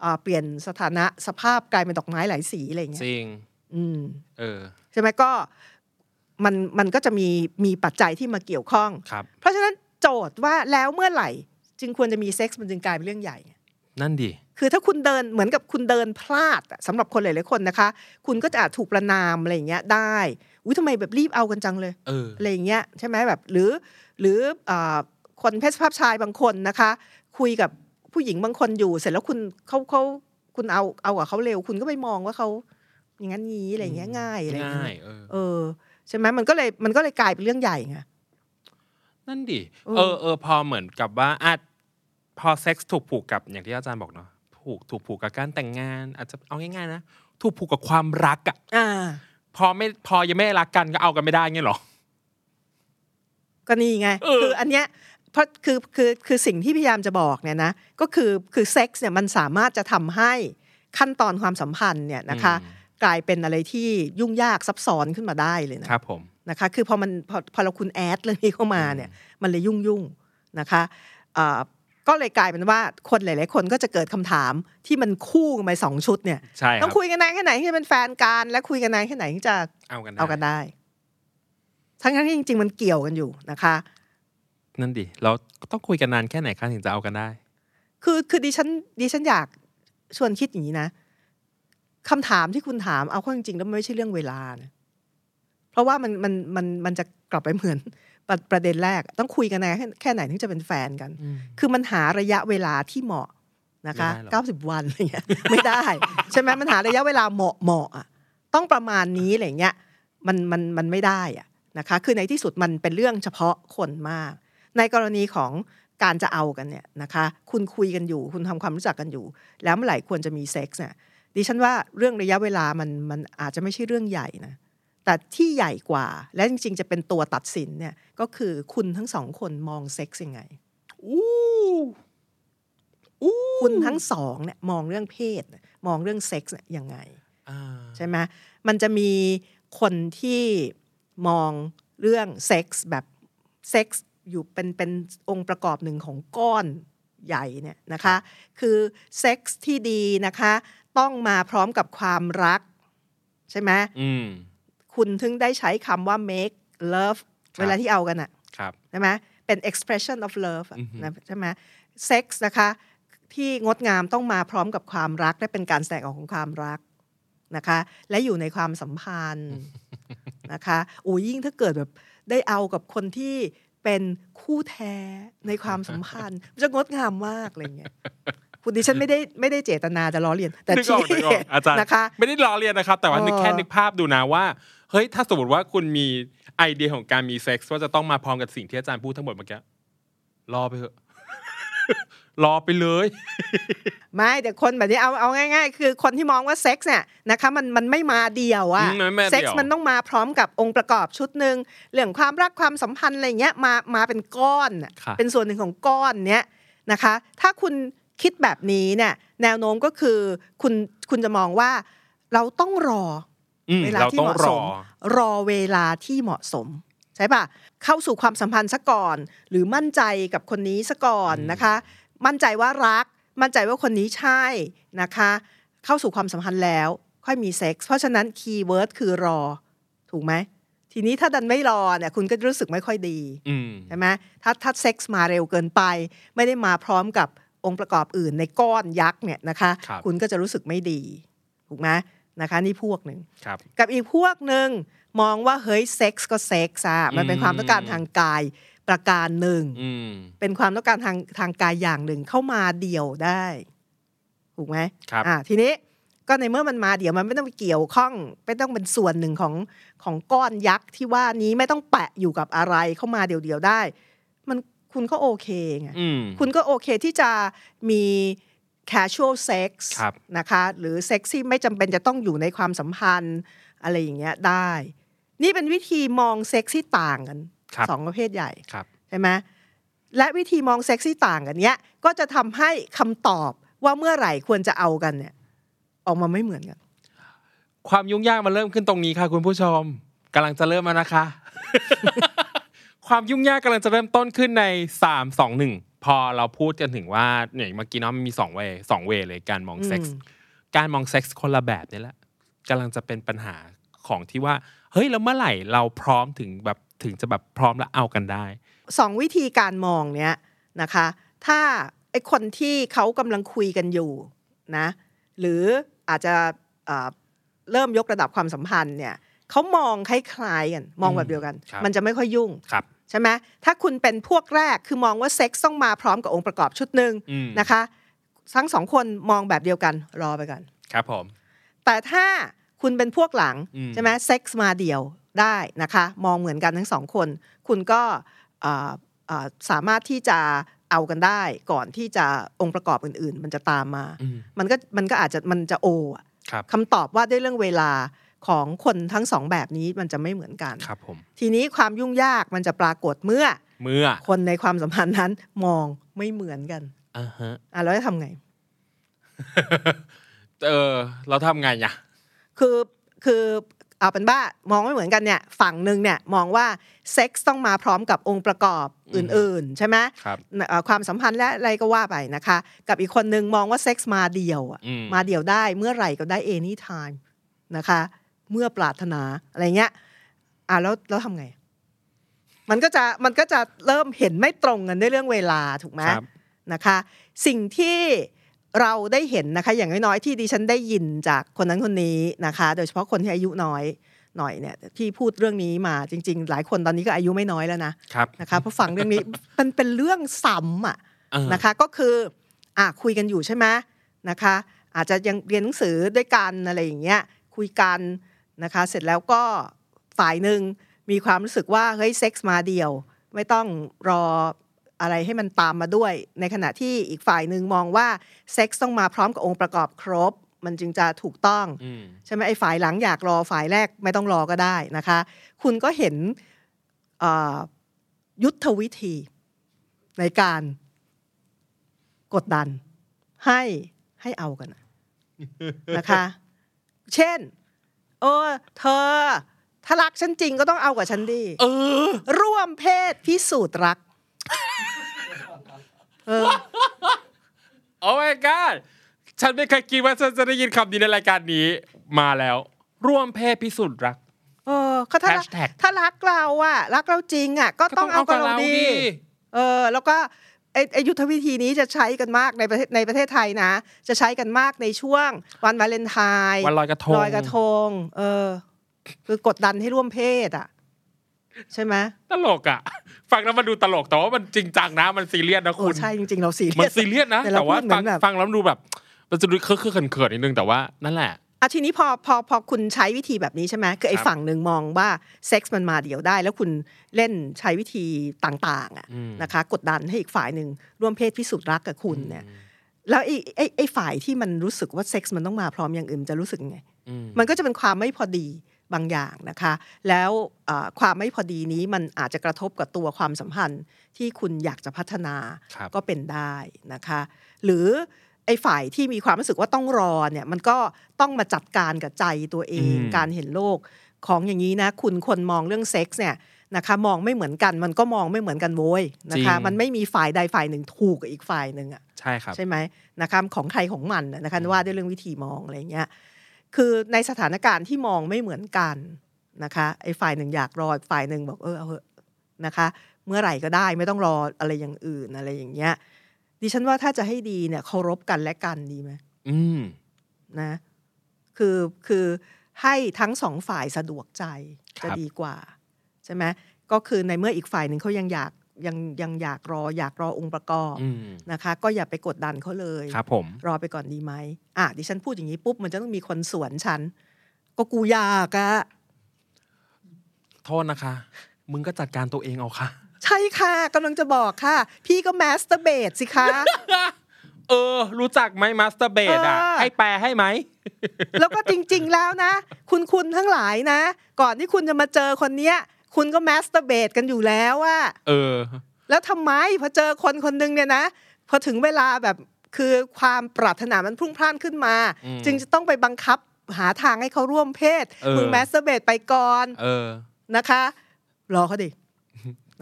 Speaker 3: เอ่อเปลี่ยนสถานะสภาพกลายเป็นดอกไม้หลายสีอะไรอย่างเงี้
Speaker 2: จ
Speaker 3: ย
Speaker 2: ริง
Speaker 3: อืม
Speaker 2: เออ
Speaker 3: ใช่ไหมก็มันมันก็จะมีมีปัจจัยที่มาเกี่ยวข้อง
Speaker 2: ครับ
Speaker 3: เพราะฉะนั้นโจทย์ว่าแล้วเมื่อไหร่ จึงควรจะมีเซ็กซ์มันจึงกลายเป็นเรื่องใหญ่
Speaker 2: นั่นดิ
Speaker 3: คือถ้าคุณเดินเหมือนกับคุณเดินพลาดอะสำหรับคนหลายๆคนนะคะ คุณก็จะอาจถูกประนามอะไรอย่างเงี้ยได้อุ้ยทำไมแบบรีบเอากันจังเลย
Speaker 2: เออ
Speaker 3: อะไรอย่างเงี้ยใช่ไหมแบบหรือ หรือเอ่อคนเพศสภาพชายบางคนนะคะ คุยกับผู้หญิงบางคนอยู่ เสร็จแล้วคุณเขาเขาคุณเอาเอากับเขาเร็ว คุณก็ไปมองว่าเขาอย่างนั้นงี้อะไรอย่างเงี้ยง่ายอะไรอย่าง
Speaker 2: ง่า
Speaker 3: เงี้
Speaker 2: ย
Speaker 3: ย
Speaker 2: เออ
Speaker 3: เออใช่ไหมมันก็เลยมันก็เลยกลายเป็นเรื่องใหญ่ไง
Speaker 2: นั่นดิ
Speaker 3: เออ
Speaker 2: เออเออ พอเหมือนกับว่าอาจพอเซ็กซ์ถูกผูกกับอย่างที่อาจารย์บอกเนาะ ผูก ถูกผูกกับการแต่งงาน อาจจะเอาง่ายๆนะ ถูกผูกกับความรักอะ
Speaker 3: อ่า
Speaker 2: พอไม่ พอยังไม่รักกันก็เอากันไม่ได้เงี้ยเหรอ
Speaker 3: ก็นี่ไง
Speaker 2: เออ
Speaker 3: คืออันเนี้ยเพราะคือคือคือสิ่งที่พยายามจะบอกเนี่ยนะก็คือคือเซ็กส์เนี่ยมันสามารถจะทำให้ขั้นตอนความสัมพันธ์เนี่ยนะคะ
Speaker 2: อืม
Speaker 3: กลายเป็นอะไรที่ยุ่งยากซับซ้อนขึ้นมาได้เลยนะครับ
Speaker 2: ผม
Speaker 3: นะคะคือพอมันพอพอเราคุณแอดเรื่องนี้เข้ามาเนี่ยมันเลยยุ่งยุ่งๆนะคะเอ่อก็เลยกลายเป็นว่าคนหลาย ๆ คนก็จะเกิดคำถามที่มันคู่กันไปสองชุดเนี่ย
Speaker 2: ใช่ค
Speaker 3: ต้
Speaker 2: รั
Speaker 3: อบ งคุยกันนานแค่ไหนที่จะเป็นแฟนกันและคุยกันนานแค่ไหนที่จะ
Speaker 2: เอากันได้
Speaker 3: เอากันได้ ทั้งๆที่จริง ๆ มันเกี่ยวกันอยู่นะคะ
Speaker 2: นั่นดิ เราต้องคุยกันนานแค่ไหนคะถึงจะเอากันได้
Speaker 3: คือคือดิฉันดิฉันอยากชวนคิดอย่างนี้นะคำถามที่คุณถามเอาเข้อจริงๆแล้วมันไม่ใช่เรื่องเวลานะเพราะว่ามันมันมันมันจะกลับไปเหมือนประประเด็นแรก ต้องคุยกันนะแค่แค่ไหนถึงจะเป็นแฟนกัน คือมันหาระยะเวลาที่เหมาะนะคะ
Speaker 2: ไม่ได้หรอ
Speaker 3: 90 วันอะไรเงี้ย ไม่ได้ ใช่ไหมมันหาระยะเวลาเหมาะเหมาะอะต้องประมาณนี้อะไรเงี้ยมันมันมันไม่ได้อะนะคะ คือในที่สุดมันเป็นเรื่องเฉพาะคนมาก ในกรณีของการจะเอากันเนี่ยนะคะ คุณคุยกันอยู่ คุณทำความรู้จักกันอยู่ แล้วเมื่อไหร่ควรจะมีเซ็กส์เนี่ยดิฉันว่าเรื่องระยะเวลามันมันอาจจะไม่ใช่เรื่องใหญ่นะแต่ที่ใหญ่กว่า และจริงๆจะเป็นตัวตัดสินเนี่ยก็คือคุณทั้งสองคนมองเซ็กส์ยังไง
Speaker 2: อู้อู้
Speaker 3: คุณทั้งสองเนี่ยมองเรื่องเพศเนี่ยมองเรื่องเซ็กส์เนี่ยยังไง
Speaker 2: อ่า
Speaker 3: ใช่ไหมมันจะมีคนที่มองเรื่องเซ็กส์แบบเซ็กส์อยู่เป็นเป็นองค์ประกอบหนึ่งของก้อนใหญ่เนี่ยนะคะ คือเซ็กส์ที่ดีนะคะ ต้องมาพร้อมกับความรัก ใช่ไหม
Speaker 2: อืม
Speaker 3: คุณถึงได้ใช้คำว่า make love
Speaker 2: ครับ
Speaker 3: เวลาที่เอากันอะ
Speaker 2: ครับ
Speaker 3: ใช่ไหมเป็น expression of love อะ
Speaker 2: อือฮึ
Speaker 3: นะใช่ไหม sex นะคะที่งดงามต้องมาพร้อมกับความรัก และเป็นการแสดงออกของความรักนะคะ และอยู่ในความสัมพันธ์ นะคะโอ้ยยิ่งถ้าเกิดแบบได้เอากับคนที่เป็นคู่แท้ในความสัมพัน ธ์ มันจะงดงามมากอะไรเงี้ยคุณดิฉันไม่ได้ไม่ได้เจตนาจะล้อเลียน แต่
Speaker 2: นึกออกนึ
Speaker 3: ที่
Speaker 2: กออกอาจารย์
Speaker 3: นะคะ
Speaker 2: ไม่ได้ล้อเลียนนะครับ แต่ว่านึก
Speaker 3: เออ
Speaker 2: แค่นึกภาพดูนะว่า เฮ้ย ถ้าสมมติว่าคุณมีไอเดียของการมีเซ็กซ์ว่าจะต้องมาพร้อมกับสิ่งที่อาจารย์พูดทั้งหมดเมื่อกี้รอไปเถอะ รอไปเลย
Speaker 3: ไม่แต่คนแบบนี้เอาเอาง่าย ๆ คือคนที่มองว่าเซ็กซ์เนี่ยนะคะมันมันไม่มาเดียวอะ
Speaker 2: อืมมันไม่มาเดี่ยว
Speaker 3: เซ็กซ์มันต้องมาพร้อมกับองค์ประกอบชุดหนึ่งเรื่องความรักความสัมพันธ์อะไรเงี้ยมามาเป็นก้อนอะ
Speaker 2: ค่ะ
Speaker 3: เป็นส่วนหนึ่งของก้อนเนี้ยนะคะ ถ้าคุณคิดแบบนี้เนี่ยแนวโน้มก็คือคุณคุณจะมองว่าเราต้องรอ
Speaker 2: อืม
Speaker 3: เวลา
Speaker 2: เรา
Speaker 3: ที่
Speaker 2: ต้อง
Speaker 3: เหมาะ
Speaker 2: ร
Speaker 3: ส
Speaker 2: อ
Speaker 3: มรอเวลาที่เหมาะสม ใช่ปะเข้าสู่ความสัมพันธ์ซะก่อน หรือมั่นใจกับคนนี้ซะก่อนนะคะ มั่นใจว่ารัก มั่นใจว่าคนนี้ใช่นะคะ เข้าสู่ความสัมพันธ์แล้ว ค่อยมีเซ็กซ์เพราะฉะนั้นคีย์เวิร์ดคือรอ ถูกไหมทีนี้ถ้าดันไม่รอเนี่ยคุณก็จะรู้สึกไม่ค่อยดี
Speaker 2: อืม
Speaker 3: ใช่ไหมถ้าถ้าเซ็กซ์มาเร็วเกินไป ไม่ได้มาพร้อมกับองค์ประกอบอื่นในก้อนยักษ์เนี่ยนะคะ
Speaker 2: ครับ
Speaker 3: ณก็จะรู้สึกไม่ดี ถูกไหมนะคะ นี่พวกหนึ่ง
Speaker 2: ครับ
Speaker 3: กับอีกพวกหนึ่งมองว่าเฮ้ยเซ็กซ์ก็เซ็กซ์อะมันเป็น
Speaker 2: อืม
Speaker 3: ความต้องการทางกายประการหนึ่ง
Speaker 2: อืม
Speaker 3: เป็นความต้องการทางทางกายอย่างหนึ่งเข้ามาเดี่ยวได้ ถูกไหม
Speaker 2: ครับ
Speaker 3: อ่าทีนี้ก็ในเมื่อมันมาเดี่ยวมันไม่ต้องไปเกี่ยวข้อง ไม่ต้องเป็นส่วนหนึ่งของของก้อนยักษ์ที่ว่านี้ไม่ต้องแปะอยู่กับอะไรเข้ามาเดี่ยวๆได้ มันคุณก็โอเคไง
Speaker 2: อืม
Speaker 3: คุณก็โอเคที่จะมี casual sex
Speaker 2: ครับ
Speaker 3: นะคะหรือเซ็กซี่ไม่จำเป็นจะต้องอยู่ในความสัมพันธ์อะไรอย่างเงี้ยได้ นี่เป็นวิธีมองเซ็กซี่ต่างกัน
Speaker 2: ครับ
Speaker 3: สองประเภทใหญ่
Speaker 2: ครับ
Speaker 3: ใช่ไหมและวิธีมองเซ็กซี่ต่างกันเนี้ยก็จะทำให้คำตอบว่าเมื่อไหร่ควรจะเอากันเนี่ยออกมาไม่เหมือนกัน
Speaker 2: ความยุ่งยากมันเริ่มขึ้นตรงนี้ค่ะ คุณผู้ชมกำลังจะเริ่มแล้วนะคะ ความยุ่งยากกำลังจะเริ่มต้นขึ้นในสามสองหนึ่งพอเราพูดกันถึงว่าเนี่ยเมื่อกี้เนาะมันมีสองเวสองเวเลยการมองเซ็กซ์
Speaker 3: อืม
Speaker 2: การมองเซ็กซ์คนละแบบนี่แหละกำลังจะเป็นปัญหาของที่ว่า เฮ้ยแล้วเมื่อไหร่เราพร้อมถึงแบบถึงจะแบบพร้อมแล้วเอากันได้
Speaker 3: สองวิธีการมองเนี้ยนะคะ ถ้าไอคนที่เขากำลังคุยกันอยู่นะหรืออาจจะเอ่อเริ่มยกระดับความสัมพันธ์เนี่ยเขามองคล้ายๆกันมองแบบเดียวกัน
Speaker 2: อืมครับ
Speaker 3: มันจะไม่ค่อยยุ่ง
Speaker 2: ครับ
Speaker 3: ใช่ไหมถ้าคุณเป็นพวกแรกคือมองว่าเซ็กซ์ต้องมาพร้อมกับองค์ประกอบชุดหนึ่ง
Speaker 2: อืม
Speaker 3: นะคะ ทั้งสองคนมองแบบเดียวกันรอไปก่อน
Speaker 2: ครับผม
Speaker 3: แต่ถ้าคุณเป็นพวกหลัง
Speaker 2: อืม
Speaker 3: ใช่ไหมเซ็กซ์มาเดียวได้นะคะ มองเหมือนกันทั้งสองคน คุณก็เอ่อเอ่อสามารถที่จะเอากันได้ ก่อนที่จะองค์ประกอบอื่น ๆ มันจะตามมา
Speaker 2: อืม
Speaker 3: มันก็มันก็อาจจะมันจะโออะ
Speaker 2: ครับ
Speaker 3: คำตอบว่าด้วยเรื่องเวลาของคนทั้งสองแบบนี้มันจะไม่เหมือนกัน
Speaker 2: ครับผม
Speaker 3: ทีนี้ความยุ่งยากมันจะปรากฏเมื่อ
Speaker 2: เมื่อ
Speaker 3: คนในความสัมพันธ์นั้นมองไม่เหมือนกัน
Speaker 2: อ่าฮะ
Speaker 3: อ่ะแล้วจะทำไง
Speaker 2: เออ เราทำไงอ่ะ
Speaker 3: คือคือเอาเป็นว่ามองไม่เหมือนกันเนี่ยฝั่งหนึ่งเนี่ยมองว่าเซ็กซ์ต้องมาพร้อมกับองค์ประกอบ
Speaker 2: อืม
Speaker 3: อื่นๆ ใช่ไหม
Speaker 2: ครับ
Speaker 3: เอ่อความสัมพันธ์และอะไรก็ว่าไปนะคะ กับอีกคนนึงมองว่าเซ็กซ์มาเดียวอะ
Speaker 2: อืม
Speaker 3: มาเดียวได้เมื่อไหร่ก็ได้ anytime นะคะ เมื่อปรารถนาอะไรเงี้ยอ่ะแล้วแล้วทำไง มันก็จะมันก็จะเริ่มเห็นไม่ตรงกันด้วยเรื่องเวลาถูกไหม
Speaker 2: ครับ
Speaker 3: นะคะสิ่งที่เราได้เห็นนะคะอย่างน้อยๆที่ดิฉันได้ยินจากคนนั้นคนนี้นะคะ โดยเฉพาะคนที่อายุน้อยหน่อยเนี่ยที่พูดเรื่องนี้มาจริง ๆ หลายคนตอนนี้ก็อายุไม่น้อยแล้วนะครับ นะคะเพราะฟังเรื่องนี้ มันเป็นเรื่องซ้ำอ่ะ
Speaker 2: เออ
Speaker 3: นะคะก็คืออ่ะคุยกันอยู่ใช่ไหมนะคะอาจจะยังเรียนหนังสือด้วยกันอะไรอย่างเงี้ยคุยกันนะคะเสร็จแล้วก็ฝ่ายหนึ่งมีความรู้สึกว่าเฮ้ยเซ็กซ์มาเดียว ไม่ต้องรอ อะไรให้มันตามมาด้วย ในขณะที่อีกฝ่ายหนึ่งมองว่าเซ็กซ์ต้องมาพร้อมกับองค์ประกอบครบ มันจึงจะถูกต้อง
Speaker 2: อืม
Speaker 3: ใช่ไหมไอ้ฝ่ายหลังอยากรอฝ่ายแรกไม่ต้องรอก็ได้นะคะ คุณก็เห็นเอ่อยุทธวิธีในการกดดันให้ให้เอากันอะ นะคะ เช่น เออ เธอ ถ้ารักฉันจริงก็ต้องเอากับฉันดี
Speaker 2: เออ
Speaker 3: ร่วมเพศพิสูจน์รัก เออ
Speaker 2: โอ้ my god ฉันไม่เคยคิดว่าฉันจะได้ยินคำนี้ในรายการนี้ มาแล้ว ร่วมเพศพิสูจน์รัก
Speaker 3: เออเขาถ้ารัก
Speaker 2: Hashtag
Speaker 3: ถ้ารักเราอะรักเราจริงอะก็ต้องเอากับเราดี เออ แล้วก็ไอ้ไอ้ยุทธวิธีนี้จะใช้กันมากในประเทศในประเทศไทยนะ จะใช้กันมากในช่วงวันวาเลนไทน์
Speaker 2: วันลอยกระทง
Speaker 3: ลอยกระทง เออ คือกดดันให้ร่วมเพศอะใช่ไหม
Speaker 2: ตลกอ่ะ ฟังแล้วมันดูตลกแต่ว่ามันจริงจังนะ มันซีเรียสนะ
Speaker 3: โอ้
Speaker 2: คุณ
Speaker 3: ใช่จริง ๆ เราซีเรียส
Speaker 2: มันซีเรียสนะ
Speaker 3: แต่
Speaker 2: แต่
Speaker 3: เรา
Speaker 2: ว่า
Speaker 3: พูดเหมื
Speaker 2: ฟั
Speaker 3: องนแบบ
Speaker 2: ฟังแล้วมันดูแบบ มันจะดูเคิร์เขินเขินๆนิดนึงแต่ว่านั่นแหละ
Speaker 3: อ่ะทีนี้พอพอพอคุณใช้วิธีแบบนี้ใช่ไหมคือ
Speaker 2: ค
Speaker 3: ไอ้
Speaker 2: รับ
Speaker 3: ฝั่งหนึ่งมองว่าเซ็กส์มันมาเดี่ยวได้ แล้วคุณเล่นใช้วิธีต่างๆอะ
Speaker 2: อืม
Speaker 3: นะคะ กดดันให้อีกฝ่ายหนึ่งร่วมเพศพิสูจน์รักกับคุณเนี่ย แล้วไอ้ไอ้ไอ้ฝ่ายที่มันรู้สึกว่าเซ็กส์มันต้องมาพร้อมอย่างอื่นจะรู้สึกไง
Speaker 2: อืม
Speaker 3: มันก็จะเป็นความไม่พอดีบางอย่างนะคะ แล้วเอ่อความไม่พอดีนี้มันอาจจะกระทบกับตัวความสัมพันธ์ที่คุณอยากจะพัฒนา
Speaker 2: ครับ
Speaker 3: ก็เป็นได้นะคะ หรือไอ้ฝ่ายที่มีความรู้สึกว่าต้องรอเนี่ยมันก็ต้องมาจัดการกับใจตัวเอง
Speaker 2: อืม
Speaker 3: การเห็นโลกของอย่างนี้นะคุณคนมองเรื่องเซ็กส์เนี่ยนะคะมองไม่เหมือนกันมันก็มองไม่เหมือนกันโว้ยนะคะมันไม่มีฝ่ายใดฝ่ายหนึ่งถูกกับอีกฝ่ายหนึ่งอะ
Speaker 2: ใช่ครับ
Speaker 3: ใช่ไหมนะคะของใครของมันน่ะนะคะว่าด้วยเรื่องวิธีมองอะไรเงี้ยคือในสถานการณ์ที่มองไม่เหมือนกันนะคะไอ้ฝ่ายหนึ่งอยากรออีกฝ่ายหนึ่งบอกเออเอาเถอะนะคะ เมื่อไหร่ก็ได้ไม่ต้องรออะไรอย่างอื่นอะไรอย่างเงี้ยดิฉันว่าถ้าจะให้ดีเนี่ยเคารพกันและกันดีไหม
Speaker 2: อืม
Speaker 3: นะคือคือให้ทั้งสองฝ่ายสะดวกใจจะ
Speaker 2: ครับ
Speaker 3: ดีกว่าใช่ไหมก็คือในเมื่ออีกฝ่ายหนึ่งเขายังอยากยังยังอยากรอ อยากรอองค์ประกอบ
Speaker 2: อืม
Speaker 3: นะคะ ก็อย่าไปกดดันเขาเลย
Speaker 2: ครับผม
Speaker 3: รอไปก่อนดีไหมอ่ะดิฉันพูดอย่างนี้ปุ๊บมันจะต้องมีคนสวนฉัน ก็กูอยากอะ
Speaker 2: โทษนะคะ มึงก็จัดการตัวเองเอาค่ะ
Speaker 3: ใช่ค่ะกำลังจะบอกค่ะ พี่ก็แมสเตอร์เบดสิคะ
Speaker 2: เออ รู้จักไหมมาสเตอร์เบดอ่ะ
Speaker 3: เออ
Speaker 2: ให้แปลให้ไหม
Speaker 3: แล้วก็จริง ๆ แล้วนะ คุณคุณทั้งหลายนะ ก่อนที่คุณจะมาเจอคนเนี้ย คุณก็แมสเตอร์เบดกันอยู่แล้วอะ
Speaker 2: เออ
Speaker 3: แล้วทำไมพอเจอคนคนหนึงเนี่ยนะ พอถึงเวลาแบบคือความปรารถนามันพรุ่งพล่านขึ้นมา
Speaker 2: อืม
Speaker 3: จึงจะต้องไปบังคับหาทางให้เขาร่วมเพศ
Speaker 2: เออ
Speaker 3: มึงแมสเตอร์เบดไปก่อน
Speaker 2: เออ
Speaker 3: นะคะ รอเขาดิ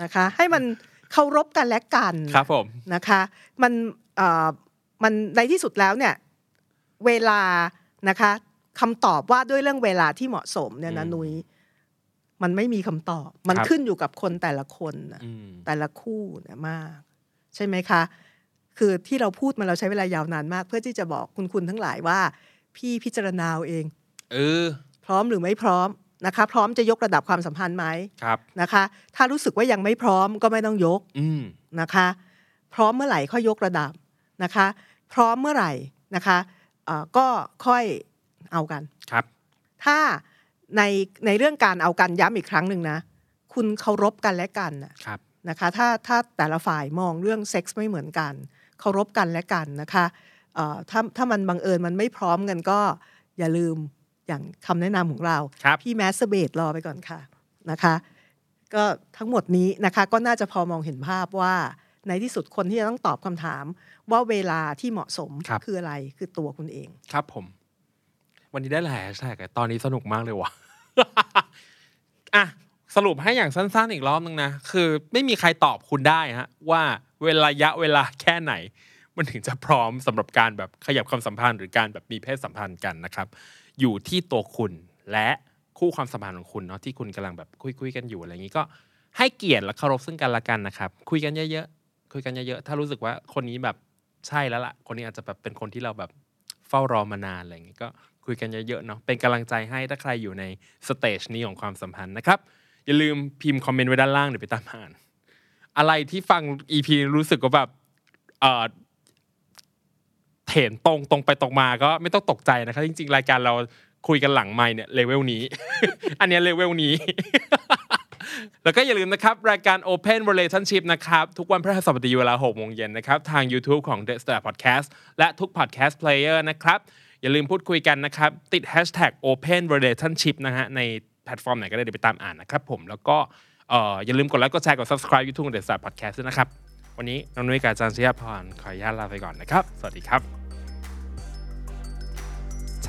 Speaker 3: นะคะ ให้มันเคารพกันและกัน
Speaker 2: ครับผม
Speaker 3: นะคะ มันเอ่อมันในที่สุดแล้วเนี่ย เวลานะคะคำตอบว่าด้วยเรื่องเวลาที่เหมาะสมเนี่ยนะ
Speaker 2: อืม
Speaker 3: นุย้ยมันไม่มีคำตอบ มัน
Speaker 2: ครับ
Speaker 3: ขึ้นอยู่กับคนแต่ละคนนะ
Speaker 2: อืม
Speaker 3: แต่ละคู่เนี่ยมาก ใช่ไหมคะ คือที่เราพูดมาเราใช้เวลายาวนานมาก เพื่อที่จะบอกคุณคุณทั้งหลายว่า พี่พิจารณาเอาเอง
Speaker 2: เออ
Speaker 3: พร้อมหรือไม่พร้อมนะคะ พร้อมจะยกระดับความสัมพันธ์ไหม
Speaker 2: ครับ
Speaker 3: นะคะ ถ้ารู้สึกว่ายังไม่พร้อมก็ไม่ต้องยก
Speaker 2: อืม
Speaker 3: นะคะ พร้อมเมื่อไหร่ค่อยยกระดับนะคะ พร้อมเมื่อไหร่นะคะเอ่อก็ค่อยเอากัน
Speaker 2: ครับ
Speaker 3: ถ้าในในเรื่องการเอากันย้ำอีกครั้งหนึ่งนะ คุณเคารพกันและกันน่ะ
Speaker 2: ครับ
Speaker 3: นะคะ ถ้าถ้าแต่ละฝ่ายมองเรื่องเซ็กส์ไม่เหมือนกัน เคารพกันและกันนะคะเอ่อถ้าถ้ามันบังเอิญมันไม่พร้อมกันก็อย่าลืมอย่างคำแนะนำของเรา
Speaker 2: ครับ
Speaker 3: พี่แมสเบตรอไปก่อนค่ะนะคะ ก็ทั้งหมดนี้นะคะก็น่าจะพอมองเห็นภาพว่าในที่สุดคนที่จะต้องตอบคำถาม ว่าเวลาที่เหมาะสม
Speaker 2: ครับ
Speaker 3: ออะไรคือตัวคุณเอง
Speaker 2: ครับผม วันนี้ได้หลายแฮชแท็กอะตอนนี้สนุกมากเลยว่ะ อ่ะ สรุปให้อย่างสั้นๆอีกรอบนึงนะ คือไม่มีใครตอบคุณได้ฮะ ว่าเวลายะเวลาแค่ไหน มันถึงจะพร้อมสำหรับการแบบขยับความสัมพันธ์หรือการแบบมีเพศสัมพันธ์กันนะครับ อยู่ที่ตัวคุณและคู่ความสัมพันธ์ของคุณเนาะที่คุณกำลังแบบคุยคุยๆกันอยู่อะไรอย่างนี้ก็ให้เกียรติและเคารพซึ่งกันและกันนะครับ คุยกันเยอะๆคุยกันเยอะๆถ้ารู้สึกว่าคนนี้แบบใช่แล้วล่ะ คนนี้อาจจะแบบเป็นคนที่เราแบบเฝ้ารอมานานอะไรอย่างนี้ก็คุยกันเยอะๆเนาะเป็นกำลังใจให้ถ้าใครอยู่ในสเตจนี้ของความสัมพันธ์นะครับ อย่าลืมพิมพ์คอมเมนต์ไว้ด้านล่างเดี๋ยวไปตามอ่าน อะไรที่ฟัง EP รู้สึกว่าแบบเออเห็นตรงตรงไปตรงมาก็ไม่ต้องตกใจนะครับ จริง ๆ รายการเราคุยกันหลังไม่เนี่ยเลเวลนี้ อันเนี้ยเลเวลนี้ แล้วก็อย่าลืมนะครับ รายการ Open Relationship นะครับ ทุกวันพฤหัสบดีเวลา6โมงเย็นนะครับ ทาง YouTube ของ The Star Podcast และทุก Podcast Player นะครับ อย่าลืมพูดคุยกันนะครับ ติด Hashtag Open Relationship นะฮะ ในแพลตฟอร์มไหนก็ได้เดี๋ยวไปตามอ่านนะครับผมแล้วก็เอ่ออย่าลืมกดไลค์กดแชร์กด Subscribe YouTube ของ The Star Podcast ด้วยนะครับ วันนี้น้องนุ้ยกับอาจารย์ชยพรขออนุญาตลาไปก่อนนะครับ สวัสดีครับช